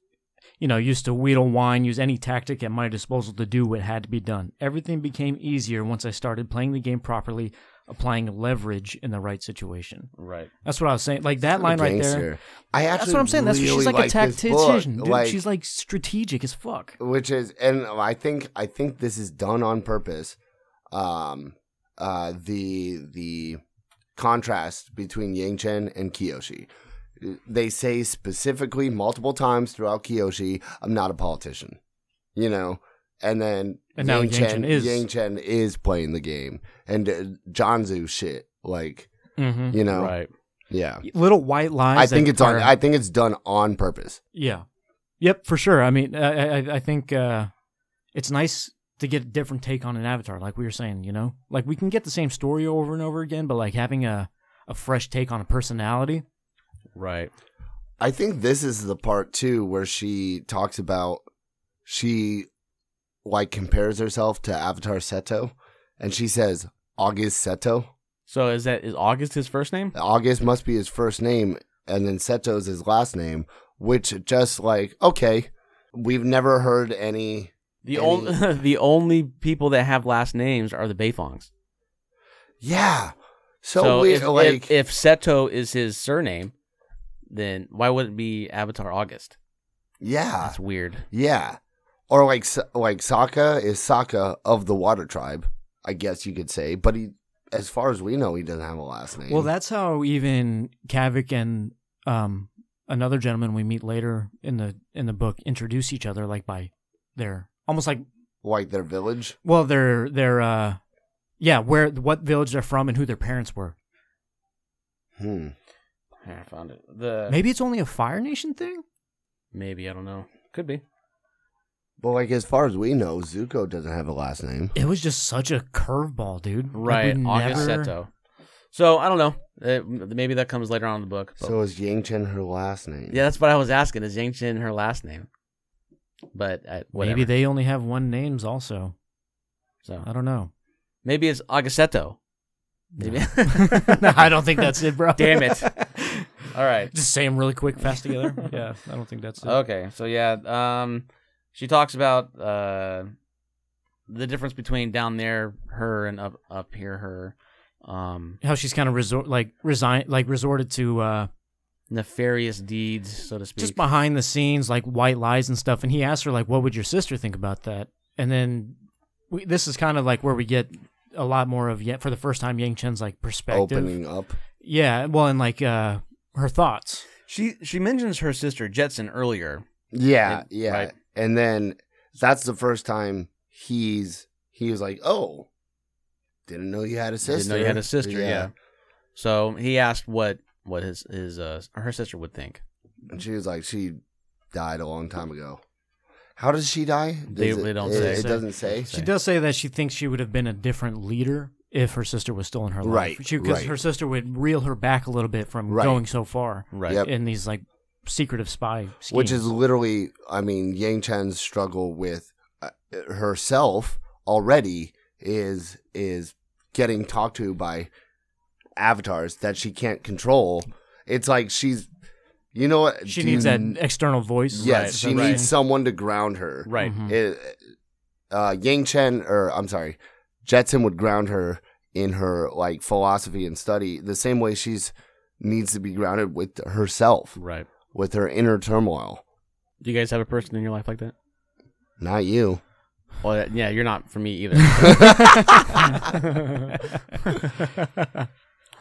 you know, used to wheedle wine, use any tactic at my disposal to do what had to be done. Everything became easier once I started playing the game properly, applying leverage in the right situation.
right
That's what I was saying. Like that
I'm a
line right there.
gangster. I actually
That's what I'm saying. That's
really
she's like, a
this book,
tactician, dude.
like-
she's like strategic as fuck.
which is and I think I think this is done on purpose. Um, uh, the the contrast between Yang Chen and Kiyoshi. They say specifically multiple times throughout Kiyoshi, "I'm not a politician," you know, and then
And now Yang Chen is.
Yang Chen is playing the game and uh, Janzu shit like
Mm-hmm.
you know
right
yeah.
Little white lies.
I think
that
it's on.
are-
I think it's done on purpose.
Yeah. Yep, for sure. I mean, I, I, I think uh, it's nice to get a different take on an avatar, like we were saying, you know? Like, we can get the same story over and over again, but, like, having a, a fresh take on a personality.
right
I think this is the part too where she talks about she like compares herself to Avatar Seto and she says August Seto.
so is that is august his first name
August must be his first name and then Seto's his last name, which just like, okay, we've never heard any
the
Any-
only the only people that have last names are the beifongs
Yeah. So,
So
weird
if, if-
like
if Seto is his surname, then why would it be Avatar August?
Yeah.
That's weird.
Yeah. Or like Sa- like Sokka is Sokka of the Water Tribe, I guess you could say, but he as far as we know, he doesn't have a last name.
Well, that's how even Kavik and um, another gentleman we meet later in the in the book introduce each other, like, by their almost like,
like their village.
well, their, their, uh, yeah, where, what village they're from and who their parents were.
Hmm.
I found it. The maybe,
Maybe it's only a Fire Nation thing?
I don't know. Could be.
But like as far as we know, Zuko doesn't have a last name.
It was just such a curveball, dude.
Right,
Like, we
August
never-
Seto. So I don't know. Uh, maybe that comes later on in the book. but-
So is Yangchen her last name?
Oh. yeah, that's what I was asking. Is Yangchen her last name? But uh, whatever.
Maybe they only have one names also.
So
I don't know.
maybe it's Augusteto. Maybe.
No, I don't think that's it, bro.
Damn it. All right.
Just say them really quick, fast together. yeah, I don't think that's it.
Okay, so yeah, um, she talks about uh, the difference between down there her and up up here her. Um,
How she's kind of resort, like resign, like resorted to uh,
nefarious deeds, so to speak.
just behind the scenes, like white lies and stuff. And he asked her, like, "What would your sister think about that?" And then we, this is kind of like where we get a lot more of yet for the first time Yang Chen's like perspective.
Opening up.
Yeah, well, and like uh, her thoughts.
she she mentions her sister Jetson earlier.
Yeah,
And-
yeah.
right.
And then that's the first time he's he was like, Oh, didn't know you had a sister.
Didn't know you had a sister. Yeah. So he asked what what his his uh, her sister would think.
And she was like, she died a long time ago. How does she die?
They-
Does
they don't
it,
say.
It doesn't say.
She does say that she thinks she would have been a different leader if her sister was still in her life.
Right,
Because
right.
her sister would reel her back a little bit from
Right.
going so far
Right.
Yep.
in these like secretive spy schemes.
which is literally, I mean, Yang Chen's struggle with uh, herself already is is getting talked to by avatars that she can't control. It's like she's, you know, what
she
do
needs
you-
that external voice.
mm, Yes,
Right,
she
right.
needs someone to ground her.
Right.
Mhm.
It- uh, Yang Chen, or I'm sorry, Jetson would ground her in her like philosophy and study the same way she's needs to be grounded with herself,
Right.
with her inner turmoil.
Do you guys have a person in your life like that?
Not you.
Well, Oh, yeah, you're not for me either.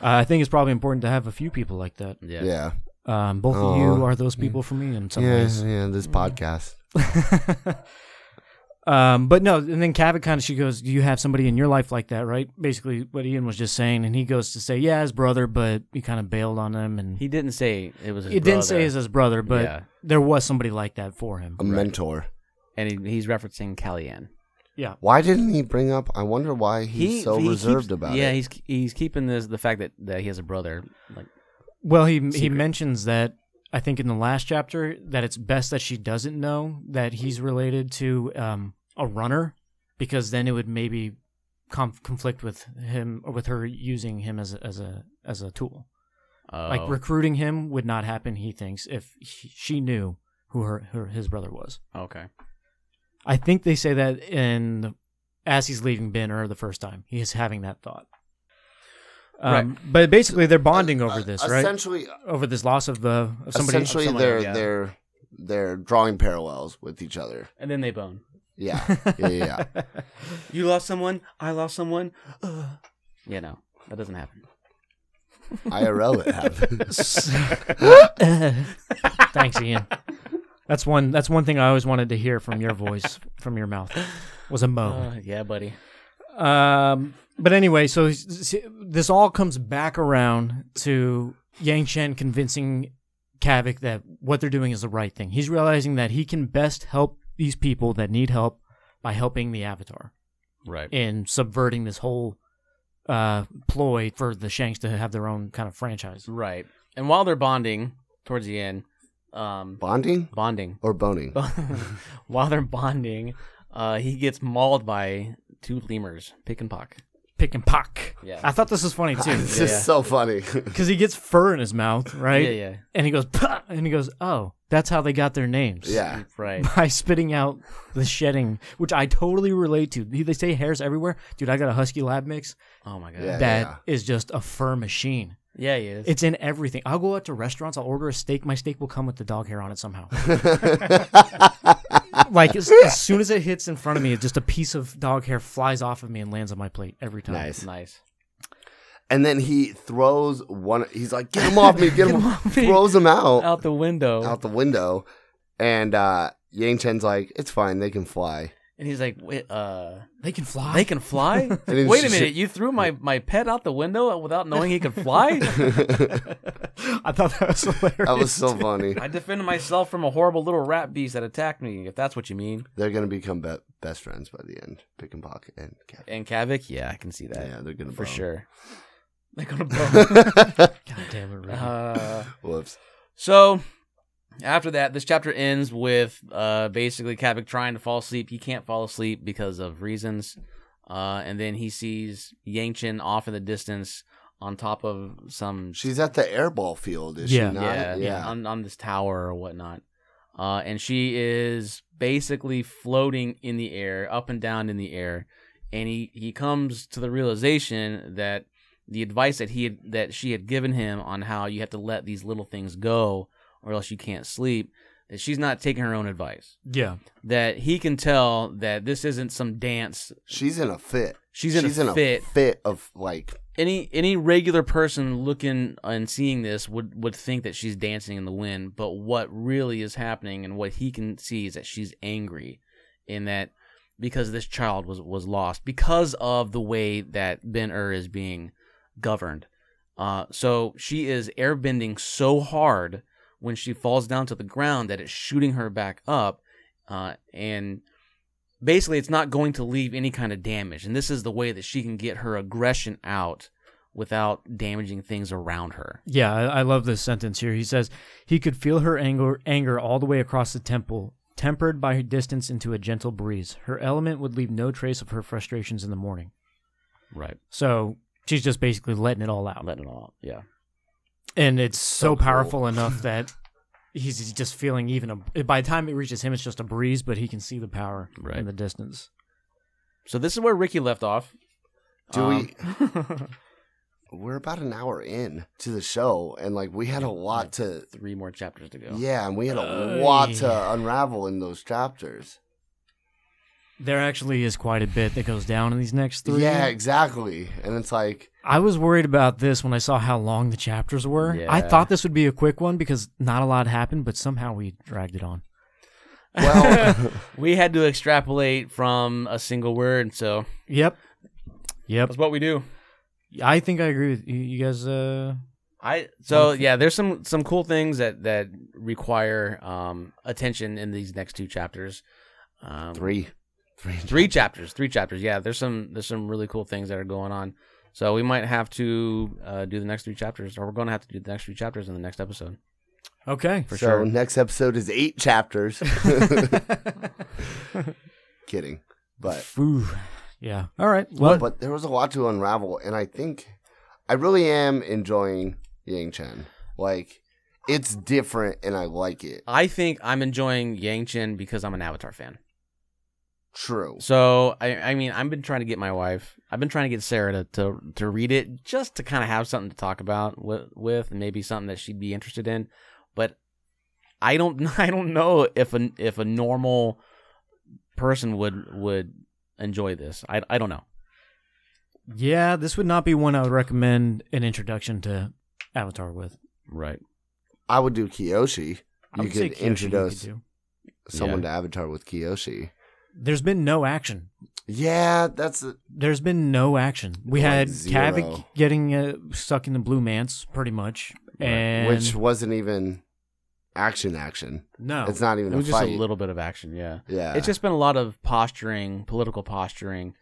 Uh, I think it's probably important to have a few people like that.
yeah.
Yeah. Yeah.
Um, both
Aw.
of you are those people for me in some
Oh, Yeah.
ways.
this podcast.
um, but no, and then Cavett kind of she goes, "Do you have somebody in your life like that?" Right, basically what Ian was just saying, and he goes to say, "Yeah, his brother," but he kind of bailed on him, and
He didn't say it was his
it didn't say
brother,
it's his brother, but
Yeah.
there was somebody like that for him.
A mentor.
and he, he's referencing Kellyanne.
yeah,
Why didn't he bring up? I wonder why he's so
he
reserved
keeps-
about
Yeah,
it.
he's he's keeping this the fact that, that he has a brother. Like
Well, he he
secret.
mentions that I think in the last chapter that it's best that she doesn't know that he's related to um, a runner because then it would maybe conf- conflict with him or with her using him as a, as a as a tool.
oh,
Like recruiting him would not happen. He thinks if he, she knew who her, her his brother was.
oh, okay.
I think they say that in the, as he's leaving Ben or the first time he is having that thought. Um, But basically, they're
Uh,
bonding over this, right?
Essentially,
over this loss of the of somebody.
essentially,
somebody,
they're
yeah.
they're they're drawing parallels with each other.
And then they bone.
Yeah, yeah, yeah. yeah.
You lost someone. I lost someone. Uh. Yeah, no, that doesn't happen.
IRL it happened.
Thanks, Ian. That's one. That's one thing I always wanted to hear from your voice, from your mouth, was a mo.
Uh, yeah, buddy.
Um, but anyway, so s- s- this all comes back around to Yang Chen convincing Kavik that what they're doing is the right thing. He's realizing that he can best help these people that need help by helping the Avatar
Right.
in subverting this whole uh, ploy for the Shanks to have their own kind of franchise.
Right. And while they're bonding towards the end, um,
Bonding
bonding.
or boning?
Oh, while they're bonding, uh, he gets mauled by two lemurs, pick and pock.
pick and pock.
Yeah.
I thought this was funny too.
This
Yeah.
is so funny.
Because he gets fur in his mouth, right?
Yeah, yeah,
And he goes, "Pah!" and he goes, oh, that's how they got their names.
yeah.
right.
By spitting out the shedding, which I totally relate to. They say hairs everywhere. Dude, I got a Husky Lab mix
Oh my god.
Yeah.
that is just a fur machine.
Yeah, he is.
It's in everything. I'll go out to restaurants, I'll order a steak. My steak will come with the dog hair on it somehow. like, as, as soon as it hits in front of me, it's just a piece of dog hair flies off of me and lands on my plate every time.
Nice.
nice.
And then he throws one. He's like, "Get him off me! Get, him!" off me. Throws him out
Out the window.
out the window, and uh, Yang Chen's like, "It's fine. They can fly."
And he's like, wait, uh,
They can fly.
they can fly?
then
Wait a
she-
minute, you threw my, my pet out the window without knowing he could fly?
I thought that was hilarious.
That was so funny.
I defended myself from a horrible little rat beast that attacked me, if that's what you mean.
They're gonna become be- best friends by the end. Pick and Pock and Cat.
And Kavik, yeah, I can see that.
Yeah, they're gonna
for
bone.
sure. They're gonna bone.
God damn it, Ricky.
uh,
Whoops.
so after that, this chapter ends with uh, basically Kavik trying to fall asleep. He can't fall asleep because of reasons. Uh, and then he sees Yangchen off in the distance on top of some
She's at the airball field, is
Yeah.
she not?
yeah, on on this tower or whatnot. Uh, and she is basically floating in the air, up and down in the air, and he, he comes to the realization that the advice that he had, that she had given him on how you have to let these little things go or else you can't sleep that she's not taking her own advice.
yeah.
That he can tell that this isn't some dance.
She's in a fit.
She's in a fit.
fit of like
any any regular person looking and seeing this would would think that she's dancing in the wind but what really is happening and what he can see is that she's angry in that because this child was was lost because of the way that ben Ur is being governed uh so she is airbending so hard when she falls down to the ground that it's shooting her back up, uh, and basically it's not going to leave any kind of damage. And this is the way that she can get her aggression out without damaging things around her.
Yeah, I, I love this sentence here. He says he could feel her anger, anger all the way across the temple, tempered by her distance into a gentle breeze. Her element would leave no trace of her frustrations in the morning.
Right.
So she's just basically letting it all out,
Letting it all. Yeah.
and it's so,
So cool.
powerful enough that he's he's just feeling even. A, by the time it reaches him, it's just a breeze, but he can see the power
Right.
in the distance.
So this is where Ricky left off. Um,
Do
we
We're about an hour in to the show, and like we had a lot to.
three more chapters to go?
Yeah, and we had a
Uh,
lot
yeah.
to unravel in those chapters.
There actually is quite a bit that goes down in these next three.
Yeah, exactly. And it's like,
I was worried about this when I saw how long the chapters were. I
Yeah.
thought this would be a quick one because not a lot happened, but somehow we dragged it on.
well,
We had to extrapolate from a single word, so
Yep. Yep.
that's what we do.
I think I agree with you, you guys. Uh,
I so yeah, there's some some cool things that that require um attention in these next two chapters. Um,
three.
three chapters, three chapters. Yeah, there's some there's some really cool things that are going on. So we might have to uh, do the next three chapters, or we're going to have to do the next three chapters in the next episode.
okay.
For
For
so
sure.
next episode is eight chapters. Kidding, but
Ooh. Yeah. All right. Well,
but there was a lot to unravel, and I think I really am enjoying Yang Chen. Like it's different, and I like it.
I think I'm enjoying Yang Chen because I'm an Avatar fan.
True.
So I, I mean, I've been trying to get my wife. I've been trying to get Sarah to to, to read it just to kind of have something to talk about with, with and maybe something that she'd be interested in. But I don't I don't know if a if a normal person would would enjoy this. I I don't know.
yeah, this would not be one I would recommend an introduction to Avatar with.
Right.
I would do Kiyoshi. You
I would say
could
Kyoshi
introduce
do.
someone
Yeah.
to Avatar with Kiyoshi.
There's been no action.
Yeah, that's a,
There's been no action. We
Like
had
zero.
Kavik getting uh, stuck in the blue manse, pretty much, and
which wasn't even action. Action.
no,
It's not even
Oh. It was
a
just
fight.
a little bit of action. Yeah.
yeah.
It's just been a lot of posturing, political posturing,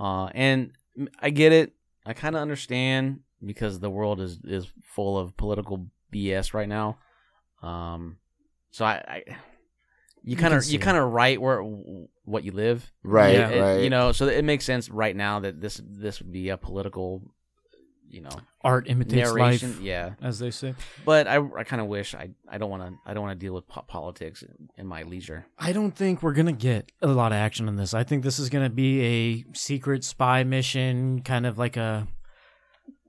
uh, and I get it. I kind of understand because the world is is full of political BS right now. Um, so I, I you kind
can
of
see
you
it.
kind of right where what you live,
right.
Yeah.
It-
Right.
You know, so it makes sense right now that this this would be a political, you know,
art imitates
narration.
life,
Yeah,
as they say.
but I, I kind of wish I I don't want to I don't want to deal with po- politics in, in my leisure.
I don't think we're gonna get a lot of action in this. I think this is gonna be a secret spy mission, kind of like a.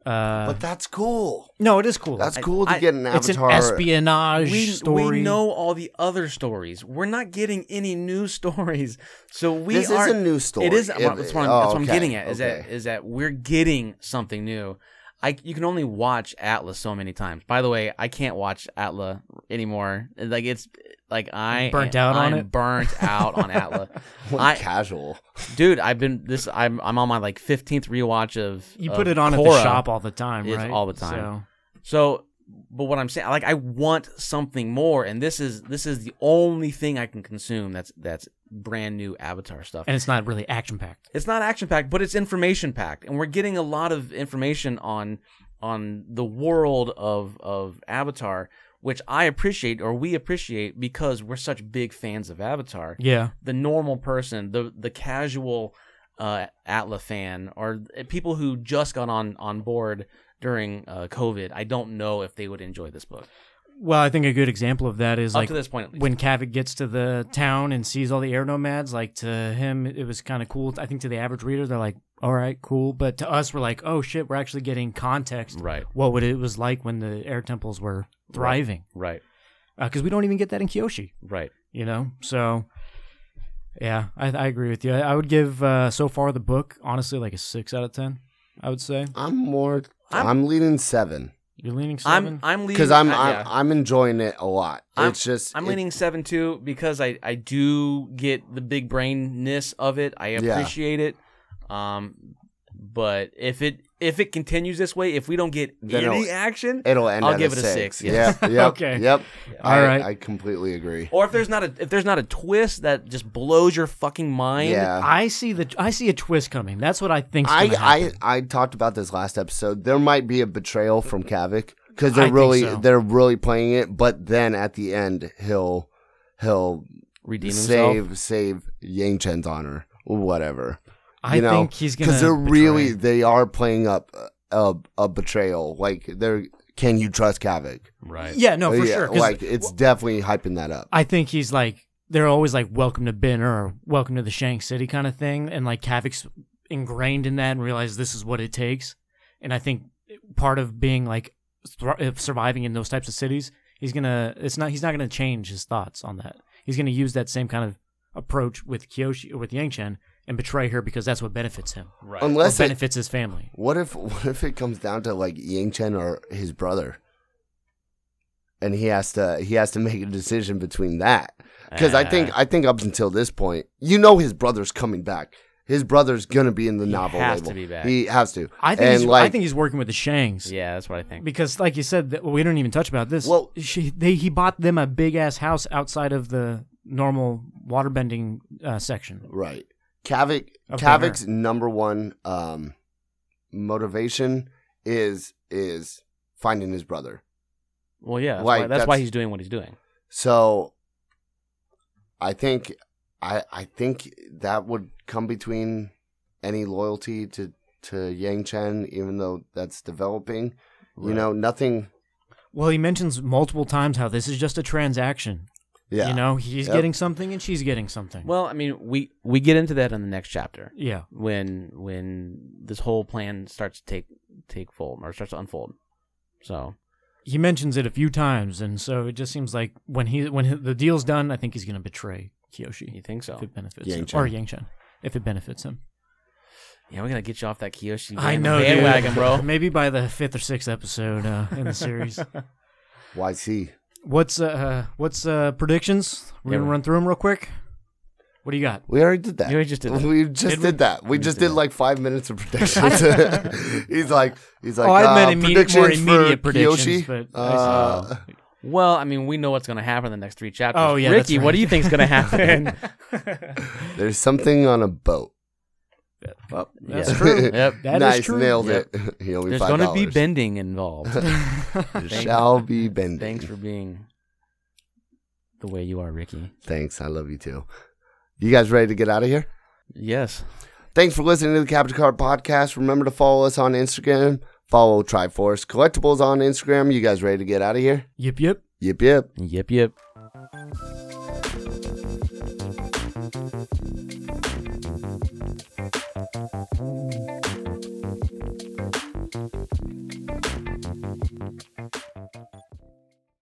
Uh,
but that's cool.
no, it is cool.
That's cool to
I-
get an
it's an
Avatar.
espionage
we,
story.
we know all the other stories. We're not getting any new stories. So we
this
are
is a new story.
It is that's
It-
what I'm, that's what I'm,
oh,
that's what I'm
okay,
getting at is that
okay.
is that we're getting something new. I you can only watch Atlas so many times. By the way, I can't watch Atlas anymore. Like it's like I
Burnt out on
I'm
it?
Burnt out on Atlas.
What
I-
casual.
Dude, I've been this I'm I'm on my like 15th rewatch of
you
of
put it on at
Korra.
the shop all the time,
It's
right?
all the time.
So-
So, but what I'm saying, like, I want something more, and this is this is the only thing I can consume that's that's brand new Avatar stuff.
and it's not really action packed.
it's not action packed, but it's information packed, and we're getting a lot of information on on the world of of Avatar, which I appreciate or we appreciate because we're such big fans of Avatar
Yeah,
the normal person, the the casual uh, Atla fan, or people who just got on on board during uh, COVID, I don't know if they would enjoy this book
Well, I think a good example of that is
up
like
to this point. At least.
when Kavik gets to the town and sees all the air nomads. Like to him, it was kind of cool. I think to the average reader, they're like, "All right, cool," but to us, we're like, "Oh shit, we're actually getting context.
right,
What would it was like when the air temples were thriving?"
right,
Because we don't even get that in Kyoshi,
right.
you know. So, yeah, I, I agree with you. I, I would give uh, so far the book honestly like a six out of ten. I would say
I'm more. I'm,
I'm-
leaning seven
you're leaning 7
I'm I'm leaning
because I'm
I-
I'm,
yeah.
I'm enjoying it a lot.
I'm-
it's just
I'm
it-
leaning seven two because I I do get the big brainness of it. I
Yeah.
appreciate it. Um, but if it if it continues this way, if we don't get
Then
any
it'll-
action,
It'll end.
I'll
at
give it a six, yes.
Yeah. Yep.
Okay.
Yep.
All
I,
right.
I completely agree.
or if there's not a if there's not a twist that just blows your fucking mind,
Yeah.
I see the I see a twist coming. That's what I think.
I, I I talked about this last episode. There might be a betrayal from Kavik because they're
I think
really
so.
they're really playing it. But then at the end, he'll he'll
redeem
save
himself.
save Yang Chen's honor, whatever.
I
you know,
think he's gonna
they're
betray.
really they are playing up a, a betrayal. Like they're can you trust Kavik? Oh,
Right.
Yeah, no, for
Yeah,
sure. 'cause
Like it's definitely hyping that up.
I think he's like they're always like welcome to Bin or welcome to the Shank City kind of thing, and like Kavik's ingrained in that and realized this is what it takes. And I think part of being like thr- if surviving in those types of cities, he's gonna it's not he's not gonna change his thoughts on that. He's gonna use that same kind of approach with Kyoshi or with Yangchen and betray her because that's what benefits him, or
Right.
Unless it,
benefits his family.
what if what if it comes down to like Yang Chen or his brother, and he has to he has to make a decision between that because I think
Uh,
I think up until this point, you know, his brother's coming back. His brother's gonna be in the
He
novel
has
label.
to be back.
He has to.
I think
And,
he's, I
like-
think he's working with the Shangs.
yeah, that's what I think.
because like you said that we didn't even touch about this
Well-
she, they he bought them a big ass house outside of the normal waterbending uh, section
Right. Kavik
Of
Kavik's number one um, motivation is is finding his brother.
Well, yeah,
Like,
that's, why, that's,
that's-
why he's doing what he's doing.
So I think I I think that would come between any loyalty to to Yang Chen, even though that's developing. You
Right.
know, nothing.
well he mentions multiple times how this is just a transaction
Yeah.
you know he's
Yep.
getting something and she's getting something
Well, I mean, we we get into that in the next chapter
yeah
when when this whole plan starts to take take fold or starts to unfold. So
he mentions it a few times and so it just seems like when he when he- the deal's done i think he's going to betray
you
kyoshi
think so?
if it benefits
Yang
him
Chen.
or yangchen if it benefits him
Yeah, we gotta get you off that Kiyoshi
i know dude.
bandwagon, bro.
maybe by the fifth or sixth episode uh, in the series
YC.
What's uh what's uh predictions? We're
Yeah,
gonna
we-
run through them real quick. What do you got?
We already did that.
Yeah, we just did that.
We just
Did
did,
we?
that. We, just did like five minutes of predictions. he's like, he's like,
Oh, I meant
uh,
immediate- more
predictions for
immediate predictions,
Kiyoshi?
but I saw-
Uh,
Well, I mean, we know what's gonna happen in the next three chapters.
Oh, yeah,
Ricky,
that's
what
right.
do you think's gonna happen?
there's something on a boat.
That's
Yeah.
true.
yep.
That is
nice,
true.
nailed
Yep.
it. he only
There's
five
gonna
dollars.
be bending involved.
There
Thank-
shall be bending.
Thanks for being the way you are, Ricky.
Thanks. I love you too. You guys ready to get out of here?
Yes.
Thanks for listening to the Capture Card Podcast. Remember to follow us on Instagram. Follow Triforce Collectibles on Instagram. You guys ready to get out of here?
Yep, yep.
Yip yip.
Yip yip.